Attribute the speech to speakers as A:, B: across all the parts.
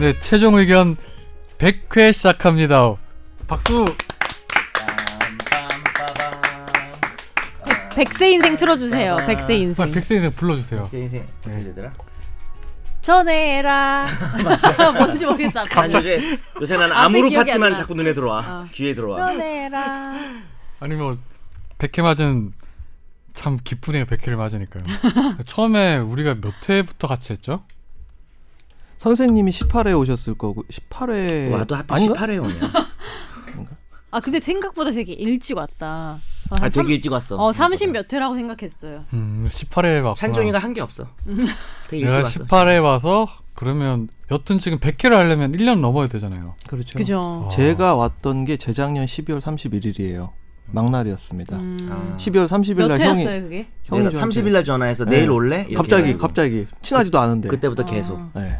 A: 네, 최종 의견 100회 시작합니다. 박수!
B: 백세 인생
C: 아,
B: 틀어주세요. 백세 인생.
A: 정말 아, 백세인생 불러주세요.
C: 박수 인생
D: 네.
C: 어떻게 되더라?
B: 전해라. 뭔지 모르겠어.
C: 난 요새 요새 난
B: 앞에
C: 아무로
B: 기억이 안
C: 파티만
B: 나. 아.
C: 자꾸 눈에 들어와 귀에 들어와
B: 전해라.
A: 아니면 100회 맞은 참 기쁘네요. 100회를 맞으니까요. 처음에 우리가 몇 회부터 같이 했죠?
D: 선생님이 18회 오셨을 거고 18회
C: 와도 하필
D: 아닌가?
C: 18회 오냐
B: 아 근데 생각보다 되게 일찍 왔다.
C: 아 되게 일찍 왔어
B: 어 30몇 회라고 생각했어요.
A: 음, 18회 왔구나.
C: 찬종이가 한 게 없어 되게 일찍
A: 내가
C: 왔어
A: 18회 와서 그러면 여튼 지금 100회를 하려면 1년 넘어야 되잖아요.
D: 그렇죠.
C: 어,
B: 그죠.
D: 제가 왔던 게 재작년 12월 31일이에요. 막날이었습니다.
C: 아.
D: 12월 30일
B: 음. 몇
D: 날
B: 회였어요
D: 형이
B: 그게?
D: 형이
C: 내가
D: 저한테 네.
C: 30일 날 전화해서 내일 올래? 이렇게
D: 갑자기
C: 해가지고.
D: 갑자기 친하지도 않은데
C: 그때부터 계속
D: 네.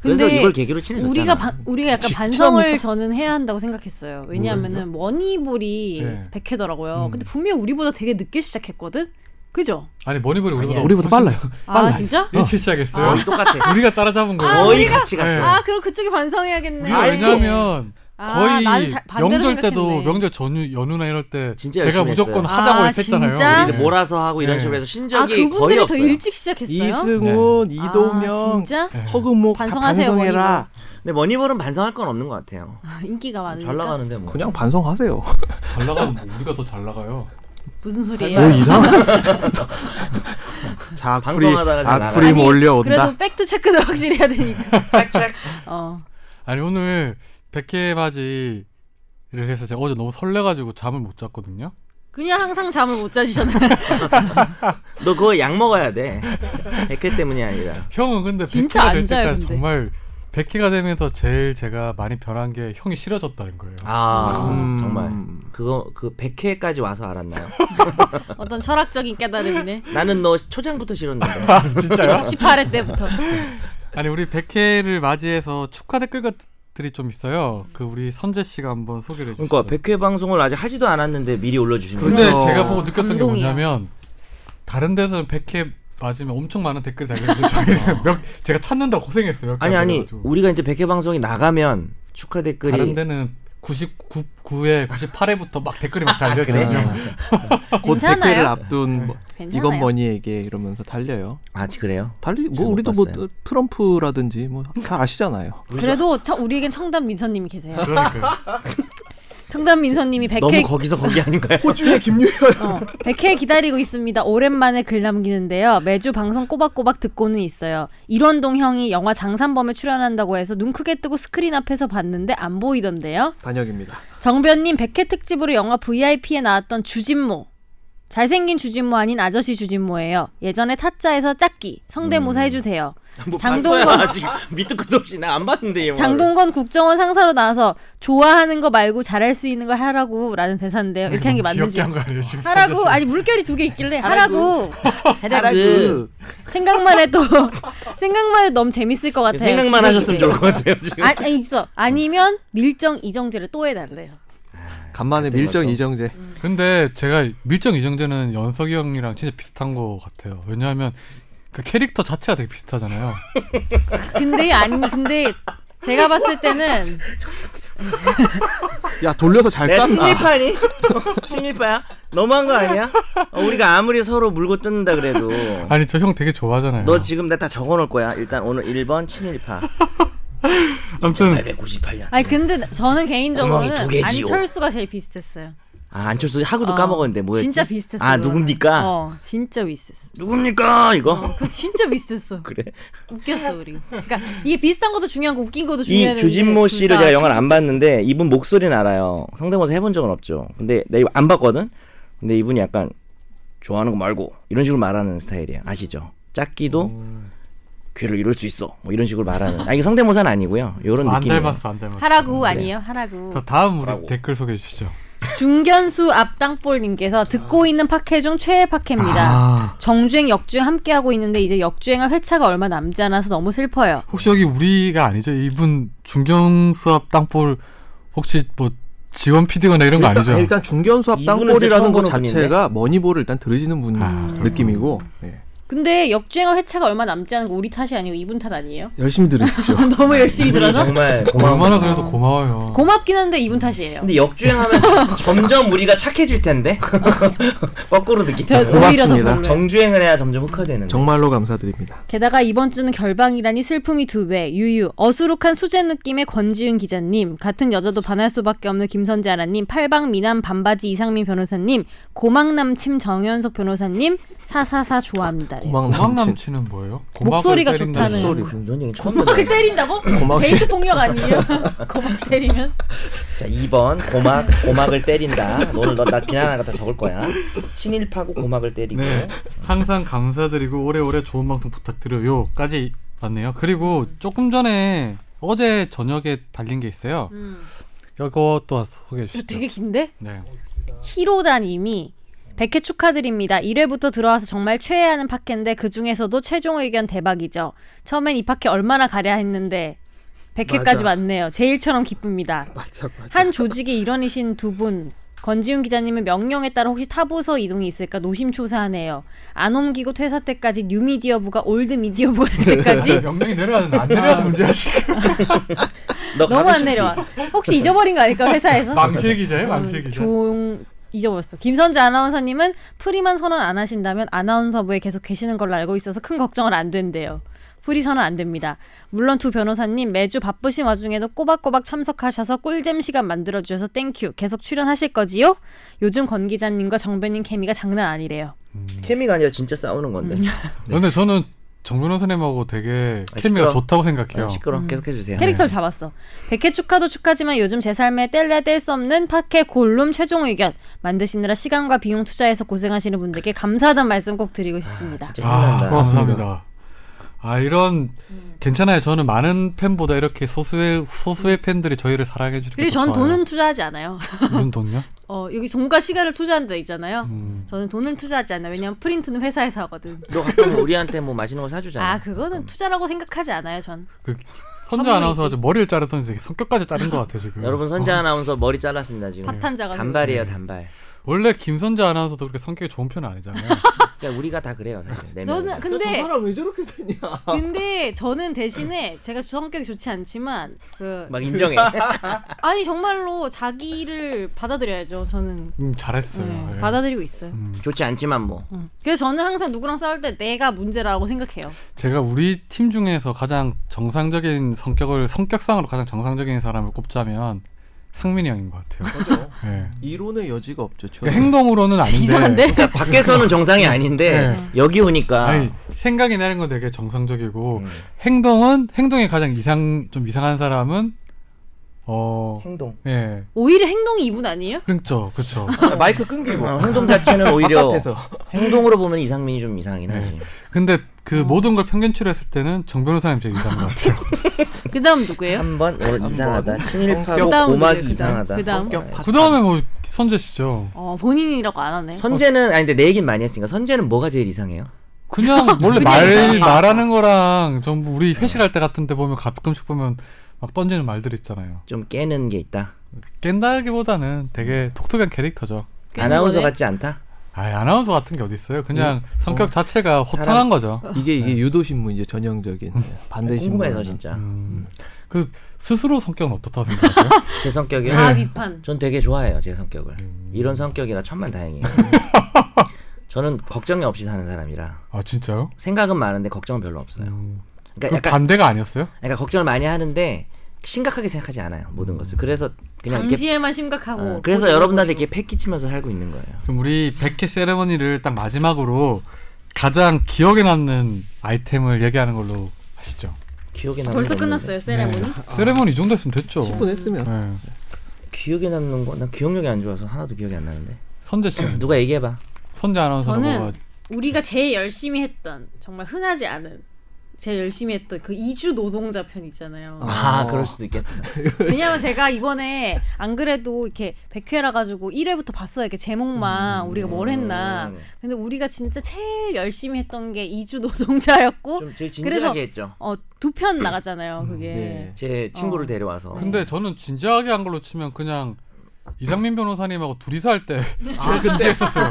C: 그래서
B: 어. 근데
C: 이걸 계기로 친해졌잖아 뭐.
B: 우리가 바, 우리가 약간
D: 진짜
B: 반성을 저는 해야 한다고 생각했어요. 왜냐하면은 원이볼이
A: 네.
C: 음.
B: 100회더라고요. 근데 분명 우리보다 되게 늦게 시작했거든. 그죠?
A: 아니 머니볼이 우리보다
D: 우리보다 빨라요.
B: 아
D: 빨라요.
B: 진짜?
A: 일찍 시작했어요.
C: 거의 똑같아
A: 우리가 따라잡은 거예요.
C: 거의 같이
A: 네.
C: 갔어
B: 아 그럼 그쪽이 반성해야겠네.
A: 우리가 왜냐하면
B: 아,
A: 거의
B: 나는 자- 반대로
A: 명절 때도
B: 생각했네.
A: 명절 전유 연휴나 이럴 때
C: 진짜
A: 제가
C: 열심히
A: 무조건
B: 했어요.
A: 하자고
B: 아,
A: 했잖아요.
B: 진짜?
C: 우리를 몰아서 하고 이런
A: 네.
C: 식으로 해서
B: 아
C: 신적이 거의
B: 그분들이 더
C: 없어요
B: 일찍 시작했어요.
D: 이승훈,
B: 아,
D: 이도명,
B: 진짜
D: 허금목 다
B: 반성하세요,
D: 반성해라.
C: 근데 머니볼은 반성할 건 없는 것 같아요
B: 인기가 많으니까
C: 잘 나가는데 뭐
D: 그냥 반성하세요.
A: 잘 나가면 뭐 우리가 더 잘 나가요.
B: 무슨 소리예요?
C: 네.
D: 뭐 이상한. 자, 악플이
C: 방송하다가 잘
D: 악플이
B: 아니,
D: 몰려온다.
B: 그래도 팩트 체크는 확실히 해야 되니까.
C: 팩트체크
B: 어.
A: 아니 오늘 백해 맞이를 해서 제가 어제 너무 설레가지고 잠을 못 잤거든요.
B: 그냥 항상 잠을 못 자시잖아요.
C: 너 그거 약 먹어야 돼 백회 때문이 아니라
A: 형은 근데
B: 진짜
A: 백해가
B: 안
A: 될
B: 자요,
A: 때까지
B: 근데.
A: 정말 백해가 되면서 제일 제가 많이 변한 게 형이 싫어졌다는 거예요.
C: 아
D: 음.
C: 정말 그거 그 100회까지 와서 알았나요?
B: 어떤 철학적인 깨달음이네.
C: 나는 너 초장부터 싫었는데
B: 18회 때부터.
A: 아니 우리 백해를 맞이해서 축하 댓글들이 좀 있어요. 그 우리 선재 씨가 한번 소개를 해주세요.
C: 그러니까 100회 방송을 아직 하지도 않았는데 미리 올려주신 거예요
A: 근데
D: 그렇죠.
A: 제가 보고 느꼈던 게
B: 감동이야.
A: 뭐냐면 다른 데서는 100회 맞으면 엄청 많은 댓글 달렸는데
B: 어.
A: 저희는 몇 제가 찾는다고 고생했어요. 몇
C: 아니
A: 가지
C: 아니
A: 그래가지고.
C: 우리가 이제 100회 방송이 나가면 축하
A: 다른
C: 댓글이
A: 데는 99, 9회, 98회부터 막 댓글이 막 달려요.
C: 아, 그래?
D: 네. 곧
B: 괜찮아요?
D: 댓글을 앞둔 뭐,
B: 괜찮아요.
D: 이건 뭐니에게 이러면서 달려요.
C: 아 그래요?
D: 달리
C: 지금
D: 뭐
C: 못
D: 우리도 뭐
C: 봤어요.
D: 트럼프라든지 뭐 다 아시잖아요.
B: 그래도 참 우리에겐 청담 민서님이 계세요. 아,
A: 그러니까
B: 청담 민서님이 100회
C: 너무 거기서 거기 아닌가요?
D: 호주의 김유현.
B: 어, 100회 기다리고 있습니다. 오랜만에 글 남기는데요. 매주 방송 꼬박꼬박 듣고는 있어요. 일원동 형이 영화 장산범에 출연한다고 해서 눈 크게 뜨고 스크린 앞에서 봤는데 안 보이던데요.
D: 단역입니다.
B: 정변님 100회 특집으로 영화 VIP에 나왔던 주진모. 잘생긴 주진모 아닌 아저씨 주진모예요. 예전에 타짜에서 짝기 성대모사 해주세요.
C: 뭐
B: 장동건.
C: 봤어요 아직 밑도 끝도 없이 나 안 봤는데 영화를.
B: 장동건 국정원 상사로 나와서 좋아하는 거 말고 잘할 수 있는 걸 하라고라는 대사인데요. 이렇게
C: 뭐
B: 한 게 맞는지.
A: 귀엽게 한 거 아니에요? 지금
B: 하라고
A: 선재 씨.
B: 아니 물결이 두 개 있길래 하라고
C: 하라그
B: 생각만 해도 생각만 해도 너무 재밌을 것 같아요.
C: 생각만 하셨으면 좋을
B: 기대돼.
C: 것 같아요 지금
B: 아, 아니 있어 아니면 밀정 이정재를 또 해달래요.
D: 간만에
C: 네,
D: 밀정 이정재.
A: 근데 제가 밀정 이정재는 연석이 형이랑 진짜 비슷한 거 같아요. 왜냐하면 그 캐릭터 자체가 되게 비슷하잖아요.
B: 근데 아니 근데 제가 봤을 때는
D: 야 돌려서 잘
C: 내가
D: 깠다.
C: 친일파니? 친일파야? 너무한 거 아니야? 어, 우리가 아무리 서로 물고 뜯는다 그래도
A: 아니 저 형 되게 좋아하잖아요.
C: 너 지금 나 다 적어놓을 거야 일단 오늘 1번 친일파
A: 아무튼
C: 898년
B: 아니 근데 저는 개인적으로는
C: 구멍이 두 개지요.
B: 안철수가 제일 비슷했어요.
C: 아 안철수 하고도
B: 어,
C: 까먹었는데 뭐였지?
B: 진짜 비슷했어.
C: 아
B: 그거는.
C: 누굽니까?
B: 어 진짜 비슷했어.
C: 누굽니까 이거?
B: 그거 진짜 비슷했어.
C: 그래.
B: 웃겼어 우리. 그러니까 이게 비슷한 것도 중요한 거 웃긴 것도
C: 이
B: 중요한데
C: 주진모
B: 둘
C: 씨를
B: 다
C: 제가 영화를 안 봤는데 이분 목소리는 알아요. 성대모사 해본 적은 없죠. 근데 내가 이거 안 봤거든. 근데 이분이 약간 좋아하는 거 말고 이런 식으로 말하는 스타일이에요. 아시죠? 짝기도 귀를 이룰 수 있어. 뭐 이런 식으로 말하는. 아 이게 성대모사는 아니고요. 이런
A: 안
C: 느낌이에요.
A: 닮았어, 안 닮았어.
B: 하라고
C: 네.
B: 아니에요 하라고.
A: 자 다음 우리
C: 하라고.
A: 댓글 소개해 주시죠.
B: 중견수 앞땅볼님께서 듣고 있는 팟캐 중 최애 팟캐입니다.
A: 아
B: 정주행 역주행 함께 하고 있는데 이제 역주행할 회차가 얼마 남지 않아서 너무 슬퍼요.
A: 혹시 여기 우리가 아니죠? 이분 중경수합 땅볼 혹시 뭐 지원 PD거나 이런 거
D: 일단,
A: 아니죠?
D: 일단 중견수합
C: 이분은 이제
D: 땅볼이라는
C: 처음
D: 것
C: 보는
D: 자체가 머니볼을 일단 들으시는 분
A: 아,
D: 느낌이고 예.
B: 근데 역주행한 회차가 얼마 남지 않은 거 우리 탓이 아니고 이분 탓 아니에요?
D: 열심히 들으십시오.
B: 너무 열심히 들어서
C: 정말 고마운
A: 얼마나
C: 분이에요.
A: 그래도 고마워요.
B: 어. 고맙긴 한데 이분 탓이에요.
C: 근데 역주행하면 점점 우리가 착해질 텐데 거꾸로 느끼
B: 더-
C: 다
B: 오히려 더
D: 고맙습니다.
B: 고마워요.
C: 정주행을 해야 점점 흑화되는 데
D: 정말로 감사드립니다.
B: 게다가 이번 주는 결방이라니 슬픔이 두 배, 유유, 어수룩한 수제 느낌의 권지윤 기자님, 같은 여자도 반할 수밖에 없는 김선재 아라님, 팔방 미남 반바지 이상민 변호사님, 고막남침 정현석 변호사님, 사사사 좋아합니다.
D: 고막
A: 고막
D: 남친.
A: 남친은 뭐예요?
B: 목소리가 뭐 그러니까
A: 고막을 때린다는
B: 좋다는.
A: 소리.
C: 그런 얘기 처음
B: 고막을
C: 들어요.
B: 때린다고?
D: 고막
B: 데이트 폭력 아니에요? 고막 때리면?
C: 자, 2번 고막 고막을 때린다. 오늘 너 나 비난하는 거 다 적을 거야. 친일파고 고막을 때리고.
A: 네. 항상 감사드리고 오래오래 좋은 방송 부탁드려요까지 왔네요. 그리고 조금 전에 어제 저녁에 달린 게 있어요. 이것도 소개해
B: 음. 이거
A: 주시죠.
B: 되게 긴데?
A: 네.
B: 히로다님이 100회 축하드립니다. 1회부터 들어와서 정말 최애하는 팟캐인데 그 중에서도 최종 의견 대박이죠. 처음엔 이 팟캐 얼마나 가랴 했는데 100회까지
E: 맞아.
B: 왔네요. 제일처럼 기쁩니다.
E: 맞아 맞아.
B: 한 조직의 일원이신 두 분. 권지훈 기자님은 명령에 따라 혹시 타부서 이동이 있을까 노심초사하네요. 안 옮기고 퇴사 때까지 뉴미디어부가 올드미디어부가 될 때까지
A: 명령이 내려가는
B: 아,
A: 안 내려가 문제야 지금.
C: 너
B: 너무
C: 가고
B: 안
C: 싶지?
B: 내려와. 혹시 잊어버린 거 아닐까 회사에서?
A: 망실 기자예요,
B: 아,
A: 망실 기자.
B: 종 잊어버렸어. 김선재 아나운서님은 프리만 선언 안 하신다면 아나운서부에 계속 계시는 걸로 알고 있어서 큰 걱정은 안 된대요. 프리 선언 안 됩니다. 물론 두 변호사님 매주 바쁘신 와중에도 꼬박꼬박 참석하셔서 꿀잼 시간 만들어 주셔서 땡큐. 계속 출연하실 거지요? 요즘 권 기자님과 정변님 케미가 장난 아니래요.
C: 케미가 아니라 진짜 싸우는 건데.
B: 음.
A: 근데 저는 정근호 선생님하고 되게
C: 아,
A: 케미가
C: 시끄러워.
A: 좋다고
C: 아,
A: 생각해요.
C: 시끄러. 계속해 주세요.
B: 음.
C: 네.
B: 캐릭터를 잡았어. 백회 축하도 축하지만 요즘 제 삶에 뗄래야 뗄 수 없는 팟캐 골룸 최종 의견 만드시느라 시간과 비용 투자해서 고생하시는 분들께 감사하다는 말씀 꼭 드리고 싶습니다.
C: 진짜
A: 아,
C: 힘난다.
A: 감사합니다. 아, 이런 괜찮아요. 저는 많은 팬보다 이렇게 소수의 소수의 팬들이 저희를 사랑해 주니까
B: 그리고
A: 더
B: 전
A: 좋아요.
B: 돈은 투자하지 않아요.
A: 무슨 돈요?
B: 어, 여기 돈과 시간을 투자한다 있잖아요.
A: 음.
B: 저는 돈을 투자하지 않아요. 왜냐면 프린트는 회사에서 하거든.
C: 너 가끔 우리한테 뭐 맛있는 거 사주잖아.
B: 아, 그거는 투자라고 생각하지 않아요, 전.
A: 그
B: 선물이지.
A: 선재 아나운서 아주 머리를 자르던 이제 성격까지 자른 것 같아 지금.
C: 여러분 선재 아나운서 머리 잘랐습니다 지금.
B: 파탄자가.
C: 단발이에요 단발.
A: 원래 김선재 아나운서도 그렇게 성격이 좋은 편은 아니잖아요.
C: 그러니까 우리가 다 그래요 사실. 네
B: 저는
C: 명은.
E: 야, 저
B: 근데
E: 사람 왜 저렇게 되냐?
B: 근데 저는 대신에 제가 성격이 좋지 않지만 그
C: 막 인정해.
B: 아니 정말로 자기를 받아들여야죠. 저는
A: 음, 잘했어요.
B: 네,
A: 예.
B: 받아들이고 있어요.
C: 좋지 않지만 뭐.
B: 음. 그래서 저는 항상 누구랑 싸울 때 내가 문제라고 생각해요.
A: 제가 우리 팀 중에서 가장 정상적인 성격을 성격상으로 가장 정상적인 사람을 꼽자면 상민이 형인 것 같아요.
C: 그렇죠.
A: 예.
D: 이론의 여지가 없죠.
A: 그러니까
D: 저는.
A: 행동으로는 아닌데
B: 이상한데?
C: 그러니까 밖에서는 정상이 아닌데
A: 네.
C: 여기 오니까
A: 아니 음. 생각이 나는 건 되게 정상적이고 행동은 행동이 가장 이상 좀 이상한 사람은 어
C: 행동.
A: 예.
B: 오히려 행동이 이분 아니에요?
A: 그렇죠. 그렇죠.
D: 마이크 끊기고
C: 어, 행동 자체는 오히려
D: 바깥에서
C: 행동으로 보면 이상민이 좀 이상하긴
A: 네.
C: 하지.
A: 근데 그 모든 걸 평균치로 했을 때는 정 변호사님 제일 이상한 것 같아요.
B: 그 다음 누구예요?
C: 한 번 오늘
D: 번.
C: 이상하다.
D: 성격.
C: 친일파고
B: 그다음
C: 고막이
B: 누구예요?
C: 이상하다.
B: 그다음.
D: 성격
C: 네.
D: 파.
A: 그 다음에 뭐 선재 씨죠.
B: 어, 본인이라고 안 하네.
C: 선재는 아니 근데 내 얘기는 많이 했으니까 선재는 뭐가 제일 이상해요?
A: 그냥 원래 말 말하는 거랑 전부 우리 회식할 때 같은 데 보면 가끔씩 보면 막 던지는 말들 있잖아요.
C: 좀 깨는 게 있다.
A: 깬다기보다는 되게 독특한 캐릭터죠.
B: 깨는
C: 아나운서
B: 거네.
C: 같지 않다.
A: 아, 아나운서 같은 게 어디 음. 있어요? 그냥 성격 자체가 호탕한 거죠.
D: 이게 이게 유도 신문 이제 전형적인 반대 신문.
C: 네. 궁금해서 진짜.
A: 음. 그 스스로 성격은 어떻다고 생각하세요?
C: 제 성격이요.
B: 자아 비판.
C: 전 되게 좋아해요 제 성격을. 이런 성격이라 천만 다행이에요. 저는 걱정이 없이 사는 사람이라
A: 아 진짜요?
C: 생각은 많은데 걱정은 별로 없어요.
A: 음.
C: 그러니까
A: 그
C: 약간
A: 반대가 아니었어요?
C: 그러니까 걱정을 많이 하는데 심각하게 생각하지 않아요 모든 것을. 그래서 그냥 이렇게
B: 당시에만 심각하고.
C: 어, 네. 그래서
B: 고집을
C: 여러분들한테
B: 부리고.
C: 이렇게 패 끼치면서 살고 있는 거예요.
A: 그럼 우리 100회 세레머니를 딱 마지막으로 가장 기억에 남는 아이템을 얘기하는 걸로 하시죠. 네.
C: 기억에 남는 네.
B: 벌써
C: 거 없는데.
B: 끝났어요 세레모니?
A: 세레머니 이 정도 했으면 됐죠.
D: 10분 했으면
A: 네.
C: 기억에 남는 거 난 기억력이 안 좋아서 하나도 기억이 안 나는데.
A: 선재 씨,
C: 누가 얘기해봐.
A: 선재 아나운서라고
B: 저는 우리가 제일 열심히 했던 정말 흔하지 않은 제일 열심히 했던 그 이주 노동자 편 있잖아요.
C: 아,
D: 어.
C: 그럴 수도 있겠다.
B: 왜냐면 제가 이번에 안 그래도 이렇게 100회라 가지고 1회부터 봤어요. 이렇게 제목만 우리가 뭘 했나.
C: 음.
B: 근데 우리가 진짜 제일 열심히 했던 게 이주 노동자였고
C: 좀 음. 제일
B: 그래서-
C: 진지하게 했죠.
B: 어, 두 편 나갔잖아요. 그게.
D: 네.
C: 제 친구를
B: 어.
C: 데려와서.
A: 근데 저는 진지하게 한 걸로 치면 그냥 이상민 변호사님하고 둘이서 할 때 제일 진지했었어요.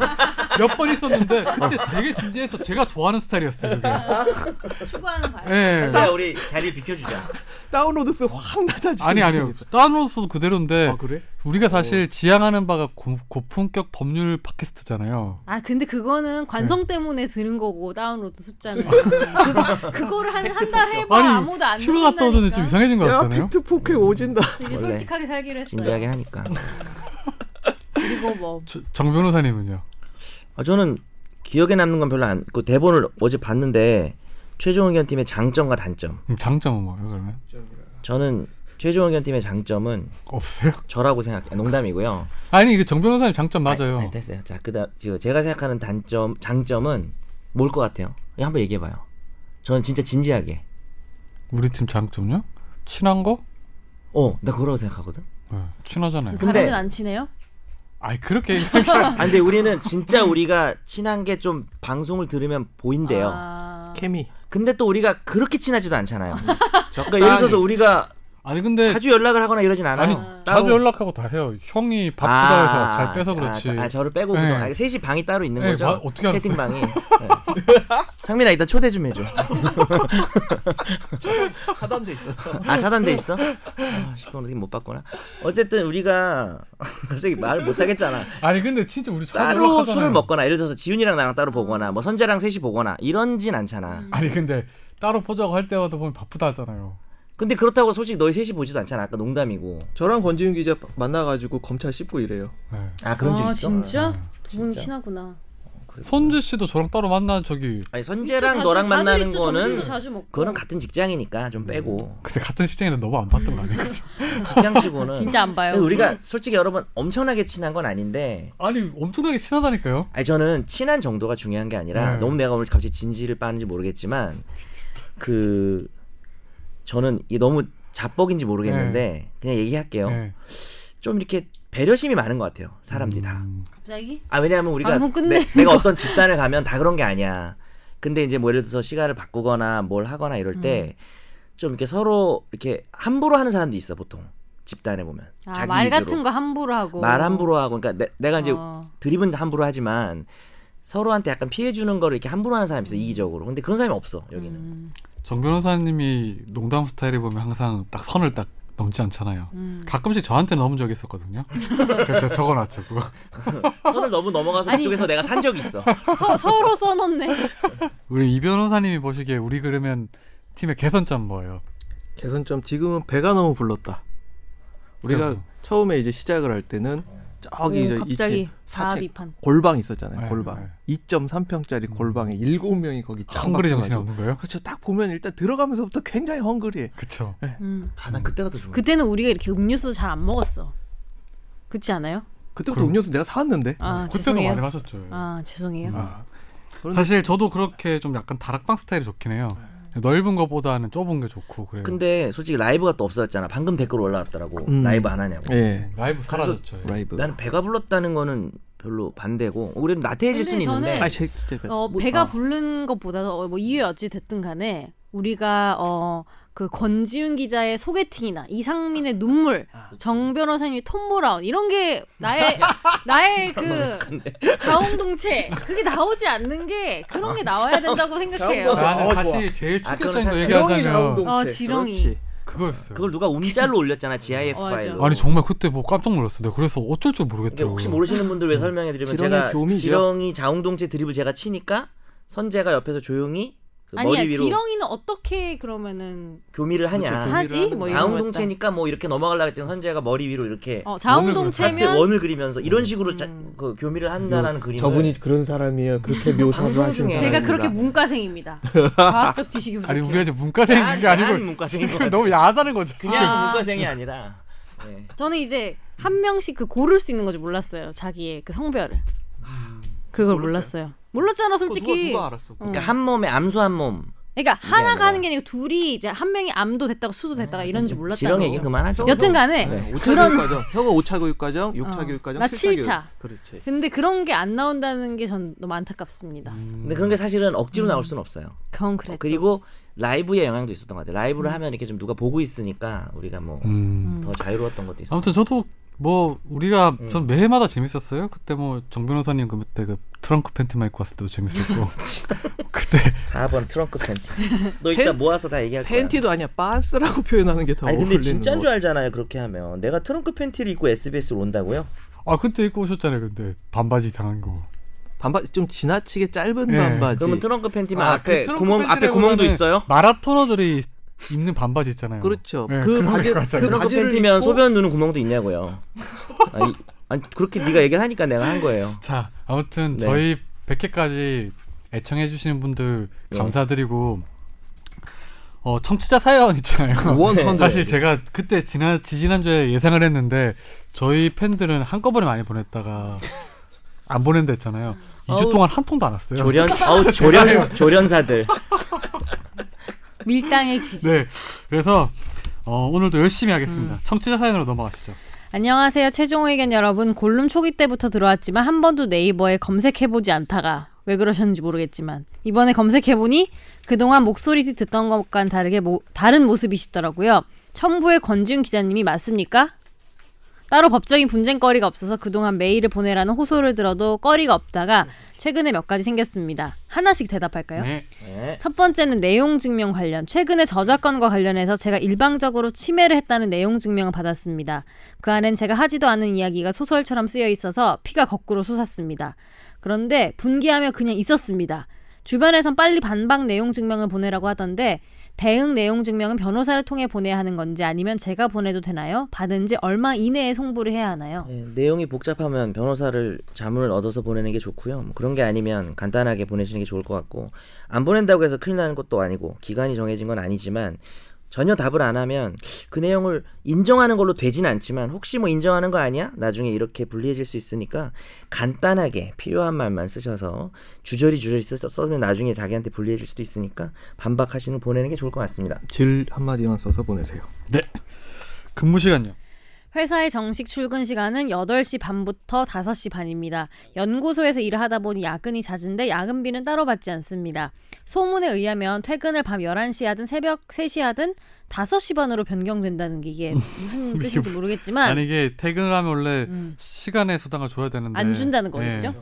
A: 몇 번 있었는데 그때 되게 진지해서 제가 좋아하는 스타일이었어요. 그게.
B: 추구하는 바야.
A: 예.
C: 자 우리 자리를 비켜주자.
D: 다운로드수 확 낮아지는
A: 아니 아니요.
D: 상황에서.
A: 다운로드도 그대로인데
D: 아 그래?
A: 우리가
C: 어.
A: 사실 지향하는 바가 고, 고품격 법률 팟캐스트잖아요.
B: 아 근데 그거는 관성
C: 네.
B: 때문에 드는 거고 다운로드 숫자는 그, 그거를
C: 네,
B: 한 한
C: 그렇죠. 뭐
B: 달 해봐 아무도 안
A: 휴가 갔다 오더니 좀
B: 듣는다니까.
A: 이상해진 것
D: 야
A: 같잖아요.
D: 팩트 포켓 오진다.
B: 이제 솔직하게 살기로 했어요
C: 진지하게 하니까.
B: 그리고 뭐
A: 저- 정 변호사님은요.
C: 아, 저는 기억에 남는 건 별로 안. 그 대본을 어제 봤는데 최종 의견 팀의 장점과 단점.
A: 음, 장점은 뭐예요 그러면?
C: 저는 최종 의견 팀의 장점은
A: 없어요?
C: 저라고 생각해. 아, 농담이고요.
A: 아니 이게 정 변호사님 장점 맞아요.
C: 아니, 네. 아니, 됐어요. 자 그다음 지금 제가 생각하는 단점 장점은 뭘 것 같아요? 이거 한번 얘기해봐요. 저는 진짜 진지하게.
A: 우리 팀 장점요? 친한 거?
C: 어, 나 그거라고 생각하거든.
A: 예, 친하잖아요.
C: 근데-
B: 사람은 안 친해요?
A: 아니 그렇게 얘기하면
C: 아, 근데 우리는 진짜 우리가 친한 게 좀 방송을 들으면 보인대요.
B: 아,
D: 케미.
C: 근데 또 우리가 그렇게 친하지도 않잖아요. 그러니까 예를 들어서 우리가
A: 아니 근데
C: 자주 연락을 하거나 이러진 않아요.
A: 네. 아니
C: 따로.
A: 자주 연락하고 다 해요. 형이 바쁘다 해서
C: 아,
A: 잘 빼서
C: 아,
A: 그렇지.
C: 저- 아, 저를 빼고
A: 네.
C: 그동안 아, 셋이 방이 따로 있는
A: 네,
C: 거죠?
A: 바- 어떻게 알았어요?
C: 채팅방이. 네. 상민아 이따 초대 좀 해줘.
D: 차단돼 있어.
C: 아 차단돼 있어? 아, 시끄러운 느낌 못 받거나. 어쨌든 우리가 갑자기 말 못 하겠잖아.
A: 아니 근데 진짜 우리 자주
C: 따로
A: 연락하잖아요.
C: 술을 먹거나 예를 들어서 지훈이랑 나랑 따로 보거나 뭐 선재랑 셋이 보거나 이런진 않잖아.
A: 아니 근데 따로 보자고 할 때마다 보면 바쁘다 하잖아요.
C: 근데 그렇다고 솔직히 너희 셋이 보지도 않잖아. 아까 농담이고.
D: 저랑 권지윤 기자 만나가지고 검찰 씹고 이래요.
A: 네.
C: 아 그런 적
B: 아,
C: 있어?
B: 진짜? 두 분이 친하구나
A: 손재 씨도 저랑 따로 만난 적이
C: 아니
B: 있죠,
C: 선재랑
B: 자주-
C: 너랑
B: 다들
C: 만나는
B: 있죠,
C: 거는
B: 점심도 자주 먹고.
C: 그거는 같은 직장이니까 좀 빼고
A: 그때 같은 시장에는 너무 안 봤던 거 아니에요?
C: 직장치고는
B: 진짜 안 봐요.
C: 근데 우리가 솔직히 여러분 엄청나게 친한 건 아닌데
A: 아니 엄청나게 친하다니까요.
C: 아니 저는 친한 정도가 중요한 게 아니라
A: 네.
C: 너무 내가 오늘 갑자기 진지를 빠는지 모르겠지만 그 저는 이게 너무 자뻑인지 모르겠는데 그냥 얘기할게요.
A: 네.
C: 좀 이렇게 배려심이 많은 것 같아요. 사람들이 다.
A: 음,
B: 갑자기?
C: 아 왜냐하면 우리가
B: 방송 끝내.
C: 내, 내가 어떤 집단을 가면 다 그런 게 아니야. 근데 이제 뭐 예를 들어서 시간을 바꾸거나 뭘 하거나 이럴 때
B: 음.
C: 좀 이렇게 서로 이렇게 함부로 하는 사람도 있어 보통 집단에 보면
B: 아,
C: 자기
B: 말
C: 위주로.
B: 같은 거 함부로 하고
C: 말 함부로 하고 그러니까 내, 가 이제
B: 어.
C: 드립은 함부로 하지만 서로한테 약간 피해 주는 거를 이렇게 함부로 하는 사람이 있어 이기적으로 근데 그런 사람이 없어 여기는
B: 음.
A: 정 변호사님이 농담 스타일이 보면 항상 딱 선을 딱 넘지 않잖아요.
B: 음.
A: 가끔씩 저한테 넘은 적이 있었거든요. 그래서 제가 적어놨죠 그거.
C: 선을 너무 넘어가서
B: 아니.
C: 그쪽에서 내가 산 적이 있어
B: 서, 서로 써놓네
A: 우리 이 변호사님이 보시기에 우리 그러면 팀의 개선점 뭐예요?
D: 개선점 지금은 배가 너무 불렀다. 우리가
A: 그래서.
D: 처음에 이제 시작을 할 때는 저기
B: 오,
D: 저
B: 갑자기
D: 사책.
B: 사비판
D: 골방 있었잖아요.
A: 네,
D: 골방.
A: 네. 음.
D: 2.3평짜리 골방에 일곱 명이 거기 쫙
A: 헝그리 정신이
D: 막혀가지고.
A: 없는 거예요?
D: 그렇죠. 딱 보면 일단 들어가면서부터 굉장히 헝그리해.
A: 그쵸.
B: 음.
C: 아 난 그때가 더 좋아
B: 그때는 우리가 이렇게 음료수도 잘 안 먹었어 그렇지 않아요?
D: 그때부터
A: 그럼.
D: 음료수 내가 사왔는데.
B: 아
A: 그때도
B: 죄송해요
A: 많이 마셨죠.
B: 아 죄송해요
C: 음.
D: 아. 그런데 네.
A: 사실 저도 그렇게 좀 약간 다락방 스타일이 좋긴 해요. 넓은 것보다는 좁은 게 좋고 그래요.
C: 근데 솔직히 라이브가 또 없어졌잖아 방금 댓글 올라왔더라고
D: 음.
C: 라이브 안 하냐고
D: 예.
A: 라이브 사라졌죠. 예.
D: 라이브.
C: 난 배가 불렀다는 거는 별로 반대고 우리는 나태해질
B: 근데
C: 수는
B: 저는-
C: 있는데
D: 아, 제, 진짜 배.
B: 어,
C: 뭐-
B: 배가
C: 어.
B: 부른 것보다도 어, 뭐 이유 어찌 됐든 간에 우리가 어, 그 권지윤 기자의 소개팅이나 이상민의 눈물,
C: 아,
B: 정 변호사님의 톰보라운 이런 게 나의 나의 그 자웅동체 그게 나오지 않는 게 그런 게 나와야 된다고 생각해요.
D: 자웅동체.
A: 나는
D: 어,
A: 다시
D: 좋아.
A: 제일
C: 아,
A: 충격적인 거
C: 그럼
D: 지렁이
A: 얘기하자면
D: 자운동체.
B: 아, 지렁이.
D: 그렇지.
A: 그거였어요.
C: 그걸 누가 움짤로 올렸잖아 GIF
B: 맞아.
C: 파일로
A: 아니 정말 그때 뭐 깜짝 놀랐어. 내가 그래서 어쩔 줄
C: 근데
A: 모르겠더라고.
C: 혹시 모르시는 분들 왜 설명해 드리면
D: 음. 지렁이
C: 제가
D: 교미죠.
C: 지렁이 자웅동체 드립을 제가 치니까 선재가 옆에서 조용히 그
B: 아니야
C: 머리 위로
B: 지렁이는 어떻게 그러면은
C: 교미를 하냐
D: 그렇죠, 교미.
B: 하지? 뭐 이런 거였다.
C: 자웅동체니까 뭐 이렇게 넘어가려고 했더니 선재가 머리 위로 이렇게
B: 어,
C: 하트
B: 자웅동체면 음.
C: 원을 그리면서 이런 식으로 자, 그 교미를 한다라는 그림을
D: 그런 사람이에요. 그렇게
C: 방송 하신 중에.
B: 제가 그렇게 문과생입니다. 과학적 지식이
A: 아니
B: 부족해요.
A: 우리가 이제 문과생인 게 아니고
C: 문과생인 것
A: 지금
C: 같아
A: 너무 야하다는 거죠. 지금.
C: 그냥
B: 아.
C: 문과생이 아니라 네.
B: 저는 이제 한 명씩 그 고를 수 있는 건지 몰랐어요. 자기의 그 성별을. 그걸 몰랐어요. 몰랐잖아 솔직히.
D: 누가, 누가 알았어?
B: 어.
C: 그러니까 한 몸에 암수 한몸
B: 그러니까 하나가
C: 아니라.
B: 하는 게 아니고 둘이 이제 한 명이 암도 됐다가 수도 됐다가 이런지 몰랐다는
C: 네, 지렁 얘기
B: 거죠.
C: 그만하죠
B: 여튼간에
D: 네, 오차
B: 그런
D: 교육과정. 형은 5차 교육과정, 6차
B: 어.
D: 교육과정,
B: 나
D: 7차
B: 칠차.
D: 교육. 그렇지.
B: 근데 그런 게 안 나온다는 게 전 너무 안타깝습니다.
C: 근데 그런 게 사실은 억지로 나올 수는 음. 없어요
B: 음. 그건 그랬.
C: 그리고 라이브의 영향도 있었던 것 같아요 라이브를 하면 이렇게 좀 누가 보고 있으니까 우리가 뭐 더
A: 음.
C: 자유로웠던 것도 있어요
A: 아무튼 저도 뭐 우리가
C: 음.
A: 전 매해마다 재밌었어요. 그때 뭐 정 변호사님 그때 그 트렁크 팬티만 입고 왔을 때도 재밌었고 그때
C: 4번 트렁크 팬티. 너 이따
D: 팬-
C: 모아서 다 얘기할 거야.
D: 팬티도 아니야 박스라고 표현하는 게 더
C: 아니
D: 어울리는
C: 근데 진짜인 줄
D: 거.
C: 알잖아요. 그렇게 하면 내가 트렁크 팬티를 입고 SBS로 온다고요?
A: 아 그때 입고 오셨잖아요. 근데 반바지 이상한 거.
D: 반바지 좀 지나치게 짧은
A: 예.
D: 반바지.
C: 그러면 트렁크 팬티만
A: 아,
C: 앞에
A: 그 트렁크
C: 구멍 앞에
A: 팬티라기보다는
C: 구멍도 있어요?
A: 마라토너들이 입는 반바지 있잖아요.
D: 그렇죠.
A: 예,
D: 그
A: 그런
D: 바지
A: 거 같잖아요.
D: 그
C: 트렁크
D: 바지를
C: 팬티면
D: 입고
C: 소변 누는 구멍도 있냐고요? 아니, 아니 그렇게 네가 얘기를 하니까 내가 한 거예요.
A: 자, 아무튼
C: 네.
A: 저희 100회까지 애청해 주시는 분들
C: 예.
A: 감사드리고 어, 청취자 사연 있잖아요. 네.
D: 원컨대.
A: 사실 제가 그때 지난 지난주에 예상을 했는데 저희 팬들은 한꺼번에 많이 보냈다가 안 보낸다 했잖아요. 2주
C: 아우.
A: 동안 한 통도 안 왔어요.
C: 조련 아우 조련 조련사들.
B: 밀당의 기지.
A: 네. 그래서 어, 오늘도 열심히
C: 음.
A: 하겠습니다. 청취자 사연으로 넘어가시죠.
B: 안녕하세요. 최종 의견 여러분. 골룸 초기 때부터 들어왔지만 한 번도 네이버에 검색해보지 않다가 왜 그러셨는지 모르겠지만 이번에 검색해보니 그동안 목소리 듣던 것과는 다르게 모- 다른 모습이시더라고요. 첨부의 권지훈 기자님이 맞습니까? 따로 법적인 분쟁거리가 없어서 그동안 메일을 보내라는 호소를 들어도 거리가 없다가 최근에 몇 가지 생겼습니다. 하나씩 대답할까요?
A: 네.
C: 네.
B: 첫 번째는 내용 증명 관련. 최근에 저작권과 관련해서 제가 일방적으로 침해를 했다는 내용 증명을 받았습니다. 그 안엔 제가 하지도 않은 이야기가 소설처럼 쓰여 있어서 피가 거꾸로 솟았습니다. 그런데 분기하며 그냥 있었습니다. 주변에선 빨리 반박 내용 증명을 보내라고 하던데 대응 내용 증명은 변호사를 통해 보내야 하는 건지 아니면 제가 보내도 되나요? 받은 지 얼마 이내에 송부를 해야 하나요?
C: 네, 내용이 복잡하면 변호사를 자문을 얻어서 보내는 게 좋고요. 뭐 그런 게 아니면 간단하게 보내시는 게 좋을 것 같고 안 보낸다고 해서 큰일 나는 것도 아니고 기간이 정해진 건 아니지만 전혀 답을 안 하면 그 내용을 인정하는 걸로 되진 않지만 혹시 뭐 인정하는 거 아니야? 나중에 이렇게 불리해질 수 있으니까 간단하게 필요한 말만 쓰셔서 주저리 주저리 써- 써면 나중에 자기한테 불리해질 수도 있으니까 반박하시는 거 보내는 게 좋을 것 같습니다.
D: 질 한마디만 써서 보내세요.
A: 근무 시간요.
B: 회사의 정식 출근 시간은 8시 반부터 5시 반입니다. 연구소에서 일을 하다 보니 야근이 잦은데 야근비는 따로 받지 않습니다. 소문에 의하면 퇴근을 밤 11시 하든 새벽 3시 하든 5시 반으로 변경된다는 게 이게 무슨 뜻인지 모르겠지만
A: 아니 이게 퇴근을 하면 원래
B: 음.
A: 시간의 수당을 줘야 되는데
B: 안 준다는
A: 예.
B: 거겠죠?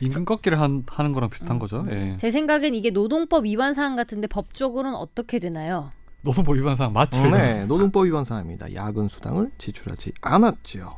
A: 임금 꺾기를 한, 하는 거랑 비슷한 거죠. 예.
B: 제 생각엔 이게 노동법 위반 사항 같은데 법적으로는 어떻게 되나요?
A: 너도 뭐 위반 사항 맞죠?
D: 네, 노동법 위반 사항입니다. 야근 수당을 지출하지 않았지요.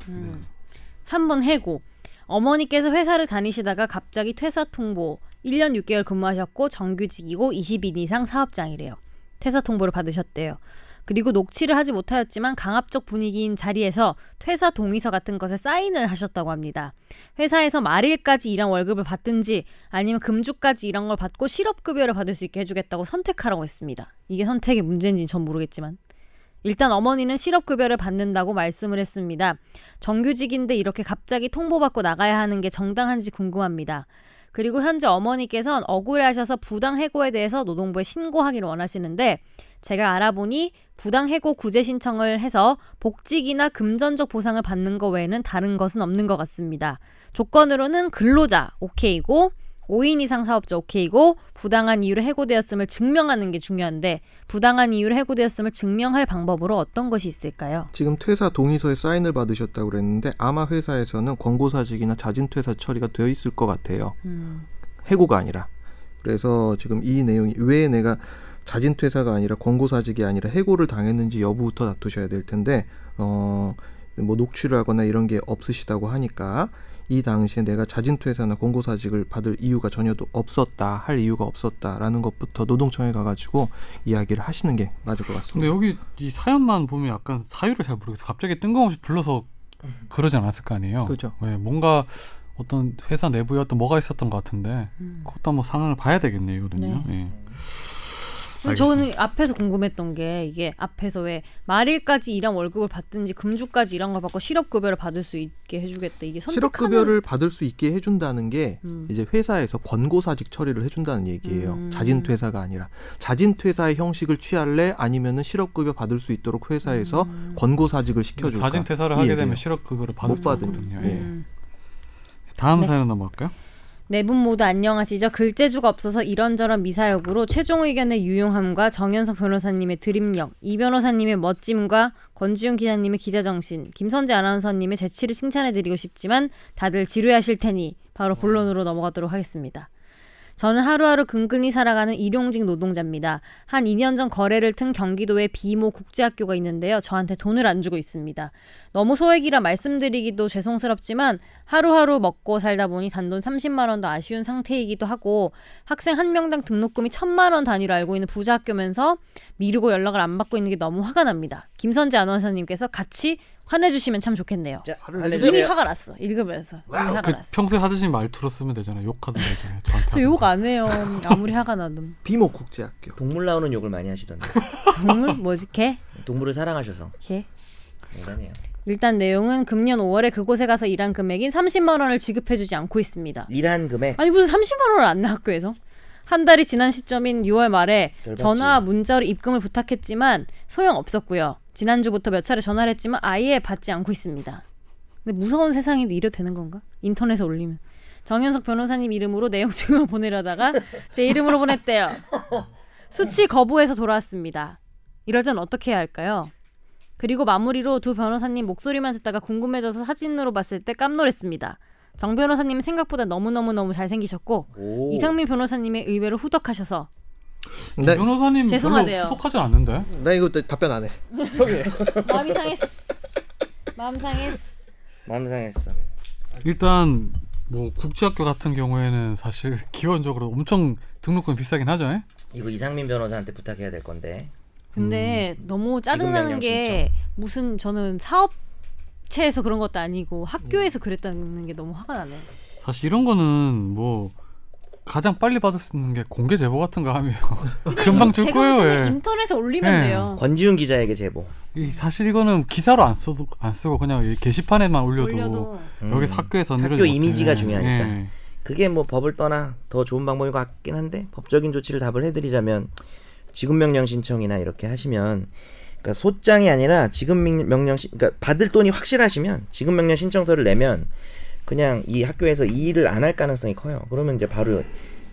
B: 3번 해고. 어머니께서 회사를 다니시다가 갑자기 퇴사 통보. 1년 6개월 근무하셨고 정규직이고 20인 이상 사업장이래요. 퇴사 통보를 받으셨대요. 그리고 녹취를 하지 못하였지만 강압적 분위기인 자리에서 퇴사 동의서 같은 것에 사인을 하셨다고 합니다. 회사에서 말일까지 일한 월급을 받든지 아니면 금주까지 일한 걸 받고 실업급여를 받을 수 있게 해주겠다고 선택하라고 했습니다. 이게 선택의 문제인지 전 모르겠지만 일단 어머니는 실업급여를 받는다고 말씀을 했습니다. 정규직인데 이렇게 갑자기 통보받고 나가야 하는 게 정당한지 궁금합니다. 그리고 현재 어머니께서는 억울해하셔서 부당 해고에 대해서 노동부에 신고하기를 원하시는데 제가 알아보니 부당 해고 구제 신청을 해서 복직이나 금전적 보상을 받는 것 외에는 다른 것은 없는 것 같습니다. 조건으로는 근로자 오케이고 5인 이상 사업자 오케이고 부당한 이유로 해고되었음을 증명하는 게 중요한데 부당한 이유로 해고되었음을 증명할 방법으로 어떤 것이 있을까요?
D: 지금 퇴사 동의서에 사인을 받으셨다고 그랬는데 아마 회사에서는 권고사직이나 자진퇴사 처리가 되어 있을 것 같아요.
B: 음.
D: 해고가 아니라. 그래서 지금 이 내용이 왜 내가 자진퇴사가 아니라 권고사직이 아니라 해고를 당했는지 여부부터 다투셔야 될 텐데 어, 뭐 녹취를 하거나 이런 게 없으시다고 하니까 이 당시에 내가 자진퇴사나 권고사직을 받을 이유가 전혀 없었다 할 이유가 없었다라는 것부터 노동청에 가가지고 이야기를 하시는 게 맞을 것 같습니다.
A: 근데 여기 이 사연만 보면 약간 사유를 잘 모르겠어. 갑자기 뜬금없이 불러서 그러지 않았을 거 아니에요.
D: 그죠.
A: 네, 뭔가 어떤 회사 내부에 어떤 뭐가 있었던 것 같은데
B: 음.
A: 그것도 한번 상황을 봐야 되겠네요. 이거는요. 예.
B: 근데 저는 앞에서 궁금했던 게 이게 앞에서 왜 말일까지 일한 월급을 받든지 금주까지 일한 걸 받고 실업급여를 받을 수 있게 해주겠다 이게 선택하는 음.
D: 실업급여를 받을 수 있게 해준다는 게 이제 회사에서 권고사직 처리를 해준다는 얘기예요. 자진퇴사가 아니라 자진퇴사의 형식을 취할래 아니면은 실업급여 받을 수 있도록 회사에서
B: 음.
D: 권고사직을 시켜줄까.
A: 자진 퇴사를
D: 이
A: 하게
D: 얘기예요.
A: 되면 실업 급여를 받을
B: 음.
D: 못
A: 수
D: 받은.
A: 있거든요.
D: 예.
A: 예. 다음 사연 넘어갈까요?
B: 네 분 모두 안녕하시죠. 글재주가 없어서 이런저런 미사역으로 최종 의견의 유용함과 정현석 변호사님의 드림력, 이 변호사님의 멋짐과 권지윤 기자님의 기자정신, 김선재 아나운서님의 재치를 칭찬해드리고 싶지만 다들 지루해하실 테니 바로 본론으로 넘어가도록 하겠습니다. 저는 하루하루 근근히 살아가는 일용직 노동자입니다. 한 2년 전 거래를 튼 경기도의 비모 국제학교가 있는데요. 저한테 돈을 안 주고 있습니다. 너무 소액이라 말씀드리기도 죄송스럽지만 하루하루 먹고 살다 보니 단돈 30만 원도 아쉬운 상태이기도 하고 학생 한 명당 등록금이 1천만 원 단위로 알고 있는 부자 학교면서 미루고 연락을 안 받고 있는 게 너무 화가 납니다. 김선재 아나운서님께서 같이 화내주시면 참 좋겠네요.
C: 자,
D: 화를
B: 이미
C: 알려주세요.
B: 화가 났어. 읽으면서 이미 화가
A: 그
B: 났어.
A: 평소에 하듯이 말투로 쓰면 되잖아요. 욕하도 되잖아요. 저한테.
B: 저 욕 안 해요. 아무리 화가 나도.
D: 비모 국제학교.
C: 동물 나오는 욕을 많이 하시던데.
B: 동물 뭐지? 개?
C: 동물을 사랑하셔서
B: 개?
C: 농담이에요.
B: 일단 내용은 금년 5월에 그곳에 가서 일한 금액인 30만 원을 지급해주지 않고 있습니다.
C: 일한 금액
B: 아니 무슨 30만 원을 안 내 학교에서? 한 달이 지난 시점인 6월 말에
C: 열받지.
B: 전화와 문자로 입금을 부탁했지만 소용 없었고요. 지난주부터 몇 차례 전화를 했지만 아예 받지 않고 있습니다. 근데 무서운 세상인데 이래 되는 건가? 인터넷에 올리면 정현석 변호사님 이름으로 내용 증명 보내려다가 제 이름으로 보냈대요. 수치 거부해서 돌아왔습니다. 이럴 땐 어떻게 해야 할까요? 그리고 마무리로 두 변호사님 목소리만 듣다가 궁금해져서 사진으로 봤을 때 깜놀했습니다. 정 변호사님은 생각보다 너무너무너무 잘생기셨고
C: 오.
B: 이상민 변호사님의 의외로 후덕하셔서
D: 나,
A: 변호사님
B: 죄송하대요.
A: 별로 속하지 않는데.
D: 나 이거 답변 안 해.
B: 마음이 상했어. 마음 상했어.
C: 마음 상했어.
A: 일단 뭐 국제학교 같은 경우에는 사실 기본적으로 엄청 등록금 비싸긴 하죠. 예?
C: 이거 이상민 변호사한테 부탁해야 될 건데.
B: 근데 너무 짜증나는
C: 지금
B: 게 무슨 저는 사업체에서 그런 것도 아니고 학교에서 그랬다는 게 너무 화가 나네.
A: 사실 이런 거는 뭐 가장 빨리 받을 수 있는 게 공개 제보 같은 거 하면 금방 줄
B: 제가
A: 거예요.
B: 볼 때는
A: 예.
B: 인터넷에 올리면
A: 예.
B: 돼요.
C: 권지훈 기자에게 제보.
A: 이 사실 이거는 기사로 안 써도 안 쓰고 그냥 이 게시판에만 올려도,
B: 올려도
C: 음.
A: 여기서 학교에서 일을
C: 학교
A: 못해.
C: 이미지가 중요하니까.
A: 예.
C: 그게 뭐 법을 떠나 더 좋은 방법인 것 같긴 한데 법적인 조치를 답을 해드리자면 지급명령 신청이나 이렇게 하시면 그러니까 소장이 아니라 지급명령 신 그러니까 받을 돈이 확실하시면 지급명령 신청서를 내면 그냥 이 학교에서 이 일을 안 할 가능성이 커요. 그러면 이제 바로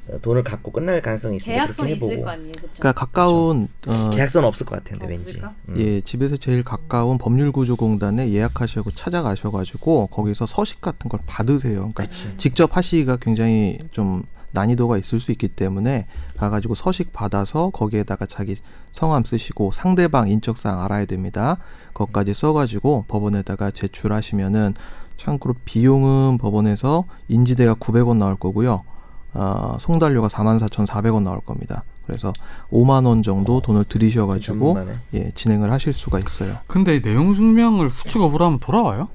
C: 어, 돈을 갚고 끝날 가능성이 있으니까
B: 계약서는
C: 그렇게 해보고
B: 있을 거 아니에요, 그렇죠?
D: 그러니까 가까운
A: 그렇죠.
D: 어,
C: 계약서는 없을 것 같은데 왠지
B: 없을까?
C: 음.
D: 예, 집에서 제일 가까운 법률구조공단에 예약하시고 찾아가셔가지고 거기서 서식 같은 걸 받으세요. 그러니까 직접 하시기가 굉장히 좀 난이도가 있을 수 있기 때문에 가가지고 서식 받아서 거기에다가 자기 성함 쓰시고 상대방 인적사항 알아야 됩니다. 그것까지 써가지고 법원에다가 제출하시면은 참고로 비용은 법원에서 인지대가 900원 나올 거고요. 아, 송달료가 44,400원 나올 겁니다. 그래서 5만 원 정도 돈을 들이셔가지고
C: 전문만에.
D: 예, 진행을 하실 수가 있어요.
A: 근데 이 내용 증명을 수축 거부로 하면 돌아와요?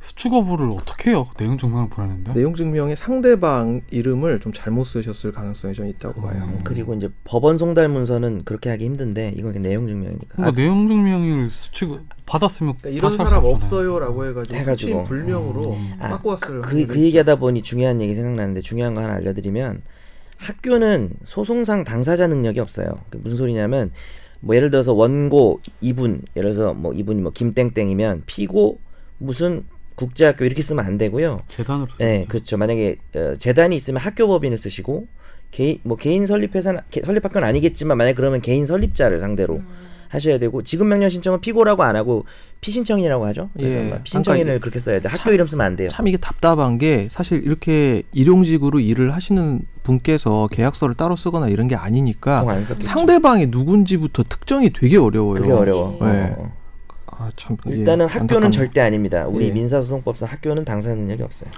A: 수축 거부를 어떻게 해요? 내용 증명을 보냈는데.
D: 내용 증명에 상대방 이름을 좀 잘못 쓰셨을 가능성이 좀 있다고 봐요.
C: 그리고 이제 법원 송달 문서는 그렇게 하기 힘든데 이건 그냥 내용 증명이니까
A: 그러니까
D: 뭐,
A: 내용 증명을 수축 받았으면
D: 아. 그러니까 이런
A: 받을
D: 사람
A: 거잖아요.
D: 없어요라고 해가지고
C: 해가지고.
D: 수치인 불명으로
C: 아,
D: 바꿔 왔어요. 그러니까.
C: 그, 그 얘기하다 보니 중요한 얘기 생각나는데 중요한 거 하나 알려드리면 학교는 소송상 당사자 능력이 없어요. 그 무슨 소리냐면 뭐 예를 들어서 원고 이분 예를 들어서 뭐 이분이 뭐 김땡땡이면 피고 무슨 국제학교 이렇게 쓰면 안 되고요.
A: 재단으로. 쓰-
C: 네, 그렇죠. 만약에 어, 재단이 있으면 학교 법인을 쓰시고 개인 뭐 개인 설립 회사 설립 학교는 아니겠지만 만약 에 그러면 개인 설립자를 상대로
B: 음.
C: 하셔야 되고 지급 명령 신청은 피고라고 안 하고 피신청이라고 하죠. 그래서
D: 예.
C: 아마 피신청인을
D: 그러니까
C: 그렇게 써야 돼. 학교 이름 쓰면 안 돼요.
D: 참 이게 답답한 게 사실 이렇게 일용직으로 일을 하시는 분께서 계약서를 따로 쓰거나 이런 게 아니니까
C: 보통 안 썼겠죠.
D: 상대방이 누군지부터 특정이 되게 어려워요.
C: 그게 어려워.
D: 네.
C: 어.
D: 아, 참, 예,
C: 일단은 학교는
D: 안타깝네요.
C: 절대 아닙니다. 우리
D: 예.
C: 민사소송법상 학교는 당사 능력이 없어요.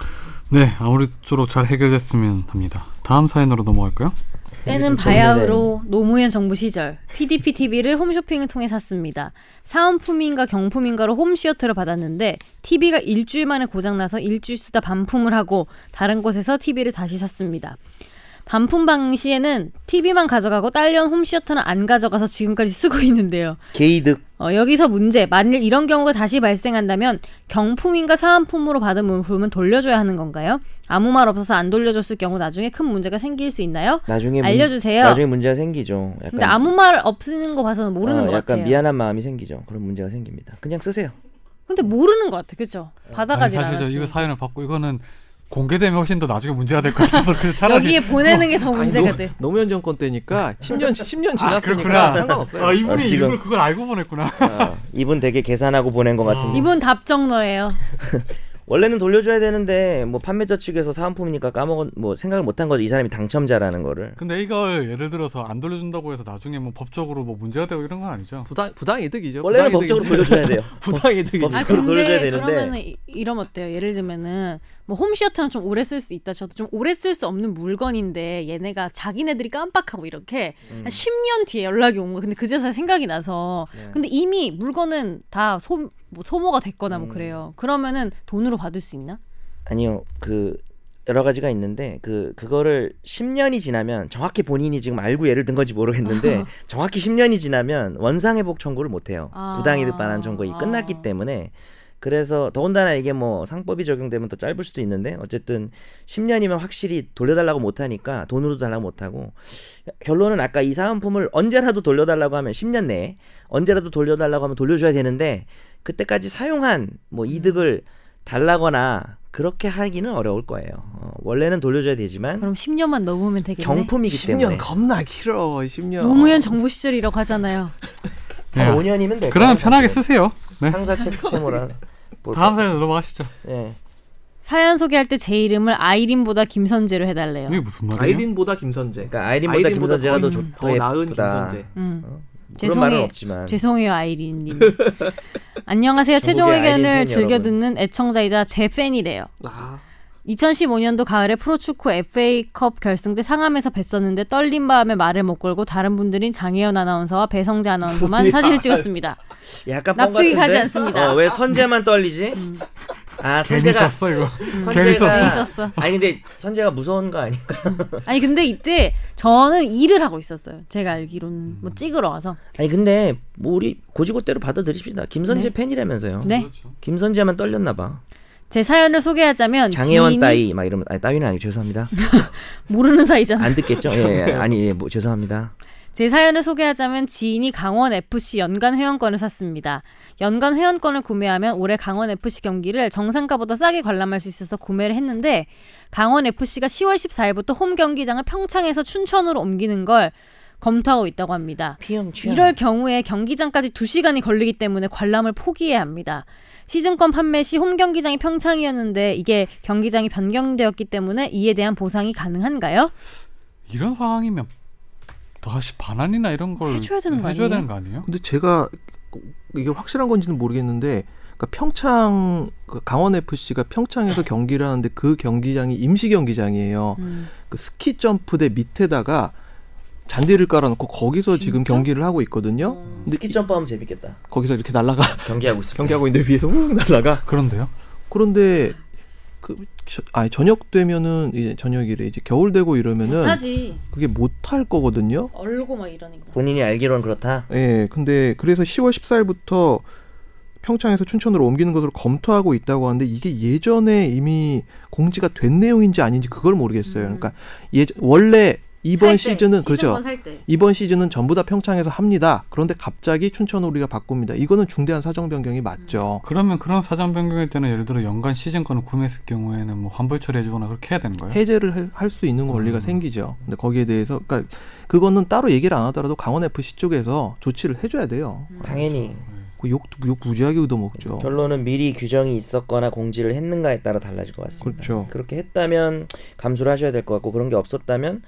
A: 네, 아무쪼록 잘 해결됐으면 합니다. 다음 사연으로 넘어갈까요?
B: 때는 바야흐로 노무현 정부 시절 PDP TV를 홈쇼핑을 통해 샀습니다. 사은품인가 경품인가로 홈시어터를 받았는데 TV가 일주일 만에 고장나서 일주일 쓰다 반품을 하고 다른 곳에서 TV를 다시 샀습니다. 반품 당시에는 TV만 가져가고 딸려온 홈시어터는 안 가져가서 지금까지 쓰고 있는데요.
C: 게이득
B: 어, 여기서 문제. 만일 이런 경우가 다시 발생한다면 경품인가 사은품으로 받은 물품은 돌려줘야 하는 건가요? 아무 말 없어서 안 돌려줬을 경우 나중에 큰 문제가 생길 수 있나요?
C: 나중에 문-
B: 알려주세요.
C: 나중에 문제가 생기죠. 약간,
B: 근데 아무 말 없는 거 봐서는 모르는
C: 어,
B: 것
C: 약간
B: 같아요.
C: 미안한 마음이 생기죠. 그런 문제가 생깁니다. 그냥 쓰세요.
B: 근데 모르는 것 같아, 그죠?
A: 아니,
B: 받아가지
A: 사실 저
B: 않았어.
A: 이거 사연을 받고 이거는 공개되면 훨씬 더 나중에 문제가 될 것 같아서 그래서 차라리
B: 여기에 보내는 게 더
D: 아니,
B: 문제가
D: 노-
B: 돼.
D: 노무현 정권 때니까 10년 10년
A: 아,
D: 지났으니까
A: 그렇구나.
D: 상관없어요.
A: 아, 이분이
C: 아, 지금.
A: 일부러 그걸 알고 보냈구나.
C: 어, 이분 되게 계산하고 보낸 것 같은데
B: 이분 답정너예요.
C: 원래는 돌려줘야 되는데 뭐 판매자 측에서 사은품이니까 까먹은 뭐 생각을 못한 거죠 이 사람이 당첨자라는 거를
A: 근데 이걸 예를 들어서 안 돌려준다고 해서 나중에 뭐 법적으로 뭐 문제가 되고 이런 건 아니죠.
D: 부당 부당 이득이죠.
C: 원래는 법적으로 돌려줘야 돼요
D: 부당 이득이.
B: 아
C: 이거로 돌려줘야
B: 근데
C: 되는데.
B: 그러면은 이- 이러면 어때요? 예를 들면은 뭐 홈시어터는 좀 오래 쓸 수 있다. 저도 좀 오래 쓸 수 없는 물건인데 얘네가 자기네들이 깜빡하고 이렇게
C: 음.
B: 한 10년 뒤에 연락이 온 거. 근데 그제서야 생각이 나서.
C: 네.
B: 근데 이미 물건은 다 소, 뭐 소모가 됐거나
C: 음.
B: 뭐 그래요. 그러면은 돈으로 받을 수 있나?
C: 아니요 그 여러 가지가 있는데 그 그거를 10년이 지나면 정확히 본인이 지금 알고 예를 든 건지 모르겠는데 정확히 10년이 지나면 원상회복 청구를 못 해요
B: 아.
C: 부당이득 반환 청구가
B: 아.
C: 끝났기 때문에 그래서 더군다나 이게 뭐 상법이 적용되면 더 짧을 수도 있는데 어쨌든 10년이면 확실히 돌려달라고 못하니까 돈으로도 달라고 못하고 결론은 아까 이 사은품을 언제라도 돌려달라고 하면 10년 내에 언제라도 돌려달라고 하면 돌려줘야 되는데 그때까지 사용한
A: 음.
C: 뭐 이득을 달라거나 그렇게 하기는 어려울 거예요. 어, 원래는 돌려줘야 되지만
B: 그럼 10년만 넘으면 되겠네.
C: 경품이기
D: 10년
C: 때문에
D: 겁나 길어. 10년.
B: 노무현 정부 시절이라고 하잖아요.
C: 한
A: 예.
C: 5년이면 될
A: 그러면
C: 거예요,
A: 편하게
C: 사실.
A: 쓰세요. 네.
C: 상사 채무라
A: 다음 사연 넘어가시죠.
C: 예.
B: 사연 소개할 때 제 이름을 아이린보다 김선재로 해달래요.
A: 이게 무슨 말이에요?
D: 아이린보다 김선재.
C: 그러니까 아이린보다 김선재가 더,
D: 더,
C: 좋,
D: 음, 더 나은
C: 예쁘다.
D: 김선재.
B: 음.
C: 그런 말은
B: 죄송해요.
C: 없지만
B: 죄송해요 아이린님. 안녕하세요. 최종
C: 전국의 아이린 팬
B: 의견을 즐겨
C: 여러분.
B: 듣는 애청자이자 제 팬이래요.
D: 아,
B: 2015년도 가을에 프로축구 FA컵 결승 때 상암에서 뵀었는데 떨린 마음에 말을 못 걸고 다른 분들인 장혜연 아나운서와 배성재 아나운서만
D: 뭐야.
B: 사진을 찍었습니다.
C: 약간 뻥
B: 납득이
C: 같은데?
B: 가지 않습니다.
C: 어, 왜 선재만 떨리지? 아
A: 음. 괜히
C: 선재가
A: 썼어 이거. 괜히
C: 선재가
A: 썼어.
B: 재밌었어.
C: 아니 근데 선재가 무서운 거 아닌가?
B: 아니 근데 이때 저는 일을 하고 있었어요. 제가 알기로는 뭐 찍으러 와서.
C: 아니 근데 뭐 우리 고지고대로 받아들입시다. 김선재
B: 네.
C: 팬이라면서요.
B: 네.
C: 김선재만 떨렸나 봐.
B: 제 사연을 소개하자면
C: 장혜원
B: 지인이
C: 따위 막 이러면 아니 따위는 아니고 죄송합니다.
B: 모르는 사이잖아.
C: 안 듣겠죠? 예, 예 아니 예, 뭐 죄송합니다.
B: 제 사연을 소개하자면 지인이 강원 FC 연간 회원권을 샀습니다. 연간 회원권을 구매하면 올해 강원 FC 경기를 정상가보다 싸게 관람할 수 있어서 구매를 했는데 강원 FC가 10월 14일부터 홈 경기장을 평창에서 춘천으로 옮기는 걸 검토하고 있다고 합니다.
C: 피형 취향.
B: 이럴 경우에 경기장까지 2시간이 걸리기 때문에 관람을 포기해야 합니다. 시즌권 판매 시 홈 경기장이 평창이었는데 이게 경기장이 변경되었기 때문에 이에 대한 보상이 가능한가요?
A: 이런 상황이면 다시 반환이나 이런 걸
B: 해줘야 되는 거
A: 해줘야
B: 아니에요?
A: 되는 거 아니에요?
D: 근데 제가 이게 확실한 건지는 모르겠는데 그러니까 평창 그 강원 FC가 평창에서 경기를 하는데 그 경기장이 임시 경기장이에요.
B: 음.
D: 그 스키 점프대 밑에다가 잔디를 깔아놓고 거기서 지금 경기를 하고 있거든요.
C: 어.
D: 근데
C: 스키 점프하면 재밌겠다.
D: 거기서 이렇게 날라가
C: 경기하고 있습니다.
D: 경기하고 있는데 위에서 훅 날라가.
A: 그런데요?
D: 그런데 그 저- 아니 저녁 되면은 이제 저녁이래 이제 겨울 되고
B: 아,
D: 이러면은
B: 하지.
D: 그게 못 할 거거든요.
B: 얼고 막 이러니까.
C: 본인이 알기론 그렇다.
D: 예, 근데 그래서 10월 14일부터 평창에서 춘천으로 옮기는 것으로 검토하고 있다고 하는데 이게 예전에 이미 공지가 된 내용인지 아닌지 그걸 모르겠어요. 그러니까 예 원래 이번 시즌은 그렇죠. 이번 시즌은 전부 다 평창에서 합니다. 그런데 갑자기 춘천으로 우리가 바꿉니다. 이거는 중대한 사정 변경이 맞죠.
A: 그러면 그런 사전 변경일 때는 예를 들어 연간 시즌권을 구매했을 경우에는 뭐 환불 처리해주거나 그렇게 해야
D: 음.
A: 되는 거예요?
D: 해제를 할 수 있는 권리가 생기죠. 근데 거기에 대해서 그러니까 그거는 따로 얘기를 안 하더라도 강원 FC 쪽에서 조치를 해줘야 돼요.
C: 당연히
D: 그 욕도 욕 무지하게 얻어먹죠.
C: 뭐. 결론은 미리 규정이 있었거나 공지를 했는가에 따라 달라질 것 같습니다.
D: 그렇죠.
C: 그렇게 했다면 감수를 하셔야 될 것 같고 그런 게 없었다면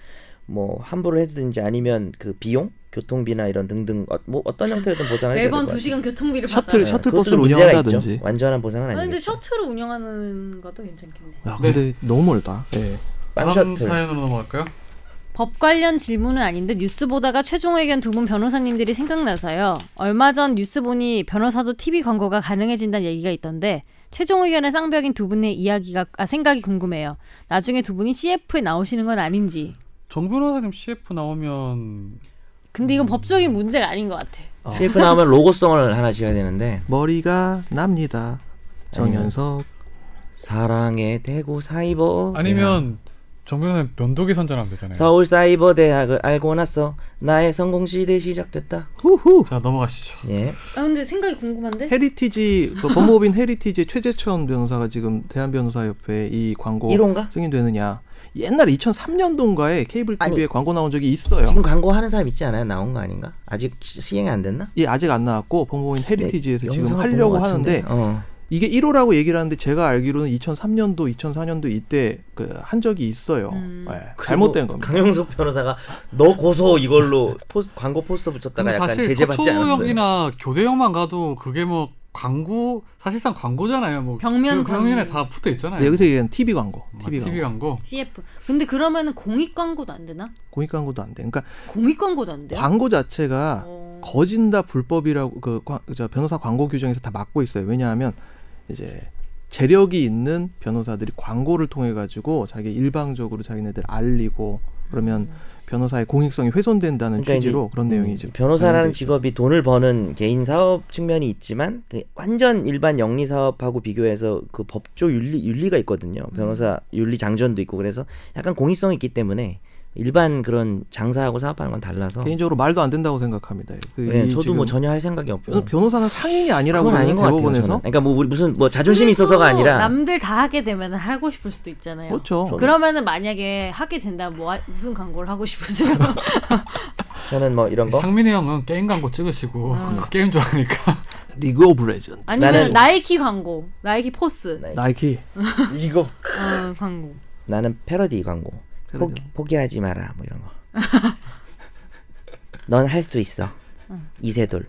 C: 뭐 환불을 해든지 아니면 그 비용, 교통비나 이런 등등 어, 뭐 어떤 형태로든 보상을 해야 될것
B: 매번
C: 같아요.
B: 2시간 교통비를
D: 셔틀
B: 받아.
C: 네, 그것도
D: 셔틀버스를
C: 좀 문제가
D: 운영한다든지.
C: 있죠. 완전한 보상은
B: 아니 근데
C: 아니고
B: 셔틀을 운영하는 것도 괜찮겠네.
D: 야, 근데 너무 멀다. 예.
A: 다음
C: 빵셔틀
A: 사연으로 넘어갈까요?
B: 법 관련 질문은 아닌데 뉴스 보다가 최종 의견 두 분 변호사님들이 생각나서요. 얼마 전 뉴스 보니 변호사도 TV 광고가 가능해진다는 얘기가 있던데 최종 의견의 쌍벽인 두 분의 이야기가 아 생각이 궁금해요. 나중에 두 분이 CF에 나오시는 건 아닌지.
A: 정 변호사님 CF 나오면
B: 근데
D: 음.
B: 이건 법적인 문제가 아닌 것 같아.
C: CF 나오면 로고송을 하나 지어야 되는데
D: 머리가 납니다. 정연석.
C: 사랑의 대구 사이버
A: 아니면 정 변호사님 면도기 선전하면 되잖아요.
C: 네. 서울 사이버 대학을 알고 나서 나의 성공 시대 시작됐다.
D: 후후.
A: 자 넘어가시죠.
C: 예.
B: 아 근데 생각이 궁금한데.
D: 헤리티지 그 법무법인 헤리티지 최재천 변호사가 지금 대한 변호사협회 이 광고
C: 1호인가?
D: 승인되느냐. 옛날 2003년도인가에 케이블
C: 아니,
D: TV에 광고 나온 적이 있어요.
C: 지금 광고하는 사람 있지 않아요? 나온 거 아닌가? 아직 시- 시행이 안 됐나?
D: 예, 아직 안 나왔고 법무법인 헤리티지에서
C: 네,
D: 지금
C: 영상을
D: 하려고
C: 본것 같은데.
D: 하는데
C: 어.
D: 이게 1호라고 얘기를 하는데 제가 알기로는 2003년도, 2004년도 이때 그 한 적이 있어요.
C: 음.
D: 예, 잘못된 겁니다.
C: 강영석 변호사가 너 고소 이걸로 포스, 광고 포스터 붙였다가
A: 근데
C: 약간
A: 사실
C: 제재받지 않았어요.
A: 서초역이나 교대역만 가도 그게 뭐 광고 사실상 광고잖아요. 뭐
B: 벽면
A: 그 벽면에
B: 광고.
A: 다 붙어 있잖아요. 뭐
D: 근데 여기서 얘기하는 TV 광고, TV
A: TV,
D: 음, 광고,
A: 광고.
B: CF. 근데 그러면은 공익 광고도 안 되나?
D: 공익 광고도 안 돼. 그러니까
B: 공익 광고도 안 돼요?
D: 광고 자체가
B: 어.
D: 거진다 불법이라고 그 과- 저 변호사 광고 규정에서 다 막고 있어요. 왜냐하면 이제 재력이 있는 변호사들이 광고를 통해 가지고 자기 일방적으로 자기네들 알리고 그러면 변호사의 공익성이 훼손된다는
C: 음. 그러니까
D: 취지로
C: 이제,
D: 그런 내용이 이제 반영돼
C: 변호사라는
D: 있죠.
C: 직업이 돈을 버는 개인 사업 측면이 있지만 그 완전 일반 영리 사업하고 비교해서 그 법조 윤리 윤리가 있거든요.
D: 음.
C: 변호사 윤리 장전도 있고 그래서 약간 공익성이 있기 때문에 일반 그런 장사하고 사업하는 건 달라서
D: 개인적으로 말도 안 된다고 생각합니다. 그
C: 어. 네,
D: 이
C: 저도 뭐
D: 지금
C: 전혀 할 생각이 없고
D: 변- 변호사는 상인이 아니라고
C: 그건 아닌 것
D: 그러는
C: 같아요. 저는.
D: 대법원에서
C: 그러니까 뭐 우리 무슨 뭐 자존심이 있어서가
B: 그리고
C: 아니라
B: 남들 다 하게 되면 하고 싶을 수도 있잖아요.
D: 그렇죠.
B: 그러면은 만약에 하게 된다 뭐 하- 무슨 광고를 하고 싶으세요?
C: 저는 뭐 이런 거
A: 상민이 형은 게임 광고 찍으시고
B: 아.
A: 게임 좋아하니까
C: 네.
D: 리그 오브 레전드,
B: 아니면
C: 나는-
B: 나이키 광고, 나이키 포스
C: 네.
D: 나이키
C: 이거
B: 어, 광고.
C: 나는 패러디 광고
D: 패러디.
C: 포기, 하지 마라 뭐 이런 거. 넌 할 수 있어 이세돌.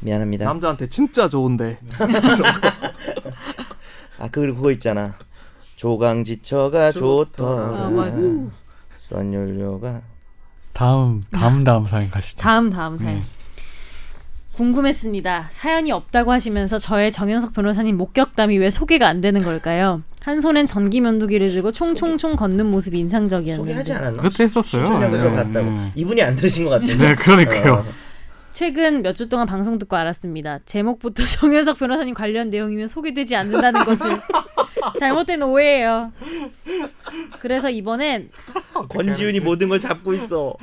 C: 미안합니다.
D: 남자한테 진짜 좋은데
C: 아 그리고 그거 있잖아. 조강지처가
D: 좋더라.
C: 좋더라.
B: 아, 맞아.
C: 음. 선율료가
A: 다음 다음 다음 사연 가시죠.
B: 다음 다음 사연. 궁금했습니다. 사연이 없다고 하시면서 저의 정현석 변호사님 목격담이 왜 소개가 안 되는 걸까요? 한 손엔 전기 면도기를 들고 총총총 걷는 모습이 인상적이었는데
C: 소개하지 않았나?
A: 그때 했었어요.
C: 신청하면서
A: 네,
C: 갔다고.
A: 네.
C: 이분이 안 들으신 것 같은데.
A: 네,
C: 어,
A: 그러니까요.
B: 최근 몇 주 동안 방송 듣고 알았습니다. 제목부터 정현석 변호사님 관련 내용이면 소개되지 않는다는 것을 잘못된 오해예요. 그래서 이번엔
C: 권지윤이 모든 걸 잡고 있어.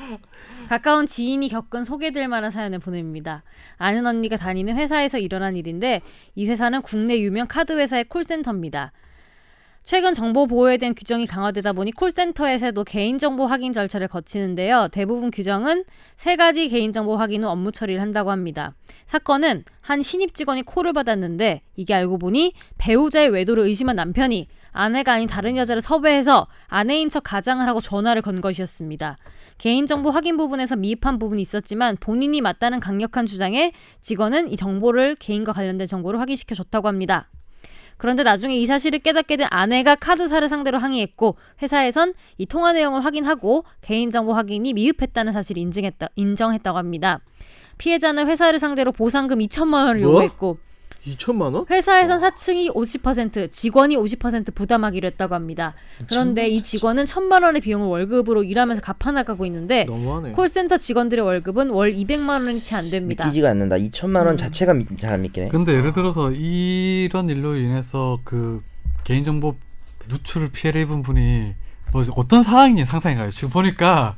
B: 가까운 지인이 겪은 소개될 만한 사연을 보냅니다. 아는 언니가 다니는 회사에서 일어난 일인데 이 회사는 국내 유명 카드 회사의 콜센터입니다. 최근 정보 보호에 대한 규정이 강화되다 보니 콜센터에서도 개인정보 확인 절차를 거치는데요. 대부분 규정은 세 가지 개인정보 확인 후 업무 처리를 한다고 합니다. 사건은 한 신입 직원이 콜을 받았는데 이게 알고 보니 배우자의 외도를 의심한 남편이 아내가 아닌 다른 여자를 섭외해서 아내인 척 가장을 하고 전화를 건 것이었습니다. 개인정보 확인 부분에서 미흡한 부분이 있었지만 본인이 맞다는 강력한 주장에 직원은 이 정보를 개인과 관련된 정보를 확인시켜 줬다고 합니다. 그런데 나중에 이 사실을 깨닫게 된 아내가 카드사를 상대로 항의했고 회사에선 이 통화 내용을 확인하고 개인정보 확인이 미흡했다는 사실을 인증했다, 인정했다고 합니다. 피해자는 회사를 상대로 보상금 2천만 원을
D: 뭐?
B: 요구했고
D: 2천만 원?
B: 회사에선 사측이 50%, 직원이 50% 부담하기로 했다고 합니다.
D: 아,
B: 그런데 이 직원은 천만 원의 비용을 월급으로 일하면서 갚아나가고 있는데
D: 너무하네.
B: 콜센터 직원들의 월급은 월 200만 원이 채 안 됩니다.
C: 믿기지가 않는다. 음. 2천만 원 자체가 잘 안 믿기네.
A: 근데 예를 들어서 이런 일로 인해서 그 개인정보 누출 피해를 입은 분이 뭐 어떤 상황인지 상상이 가요. 지금 보니까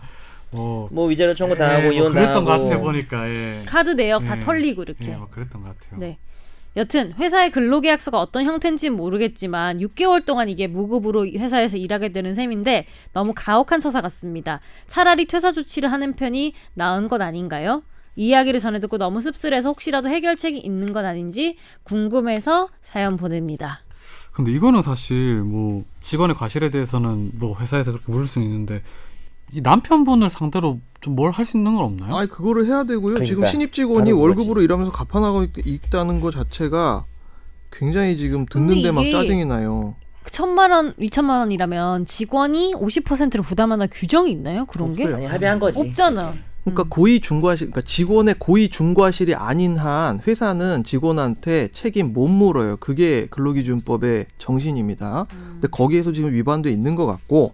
A: 뭐,
C: 뭐 위자료 청구
A: 예,
C: 당하고
A: 뭐
C: 이혼
A: 그랬던 것 같아
C: 당하고
A: 보니까 예.
B: 카드 내역 다
A: 예.
B: 털리고 이렇게.
A: 예, 뭐 그랬던 것 같아요.
B: 네. 여튼 회사의 근로계약서가 어떤 형태인지는 모르겠지만 6개월 동안 이게 무급으로 이 회사에서 일하게 되는 셈인데 너무 가혹한 처사 같습니다. 차라리 퇴사 조치를 하는 편이 나은 것 아닌가요? 이 이야기를 전해 듣고 너무 씁쓸해서 혹시라도 해결책이 있는 건 아닌지 궁금해서 사연 보냅니다.
A: 근데 이거는 사실 뭐 직원의 과실에 대해서는 뭐 회사에서 그렇게 물을 수는 있는데 이 남편분을 상대로 좀 뭘 할 수 있는 건 없나요?
D: 아니 그거를 해야 되고요. 지금
C: 그러니까,
D: 신입 직원이
C: 다른 거지.
D: 월급으로 일하면서 갚아나가고 있- 있다는 것 자체가 굉장히 지금
B: 근데
D: 듣는데 막
B: 이게-
D: 짜증이 나요.
B: 그 천만 원, 이천만 원이라면 직원이 50%를 부담하는 규정이 있나요? 그런 게?
D: 없어요.
C: 아니 합의한 거지.
B: 없잖아.
D: 그러니까 고위 중과실, 그러니까 직원의 고위 중과실이 아닌 한 회사는 직원한테 책임 못 물어요. 그게 근로기준법의 정신입니다.
B: 음.
D: 근데 거기에서 지금 위반돼 있는 것 같고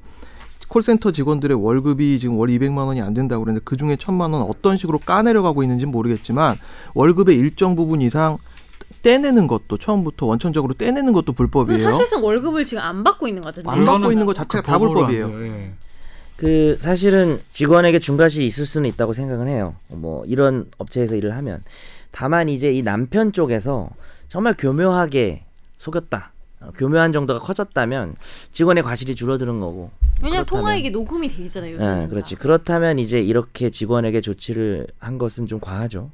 D: 콜센터 직원들의 월급이 지금 월 200만 원이 안 된다고 그러는데 그 중에 1000만 원 어떤 식으로 까내려가고 있는지 는 모르겠지만 월급의 일정 부분 이상 떼내는 것도 처음부터 원천적으로 떼내는 것도
B: 근데
D: 불법이에요.
B: 사실상 월급을 지금 안 받고 있는 것 같은데.
D: 안 받고
A: 그거는
D: 있는 거 자체가 다
A: 법으로 안
D: 불법이에요.
A: 돼요. 예.
C: 그 사실은 직원에게 중과시 있을 수는 있다고 생각은 해요. 뭐 이런 업체에서 일을 하면 다만 이제 이 남편 쪽에서 정말 교묘하게 속였다. 어, 교묘한 정도가 커졌다면 직원의 과실이 줄어드는 거고.
B: 왜냐면
C: 그렇다면-
B: 통화 이게 녹음이 돼 있잖아요. 요즘.
D: 네,
C: 예, 그렇지. 그렇다면 이제 이렇게 직원에게 조치를 한 것은 좀 과하죠.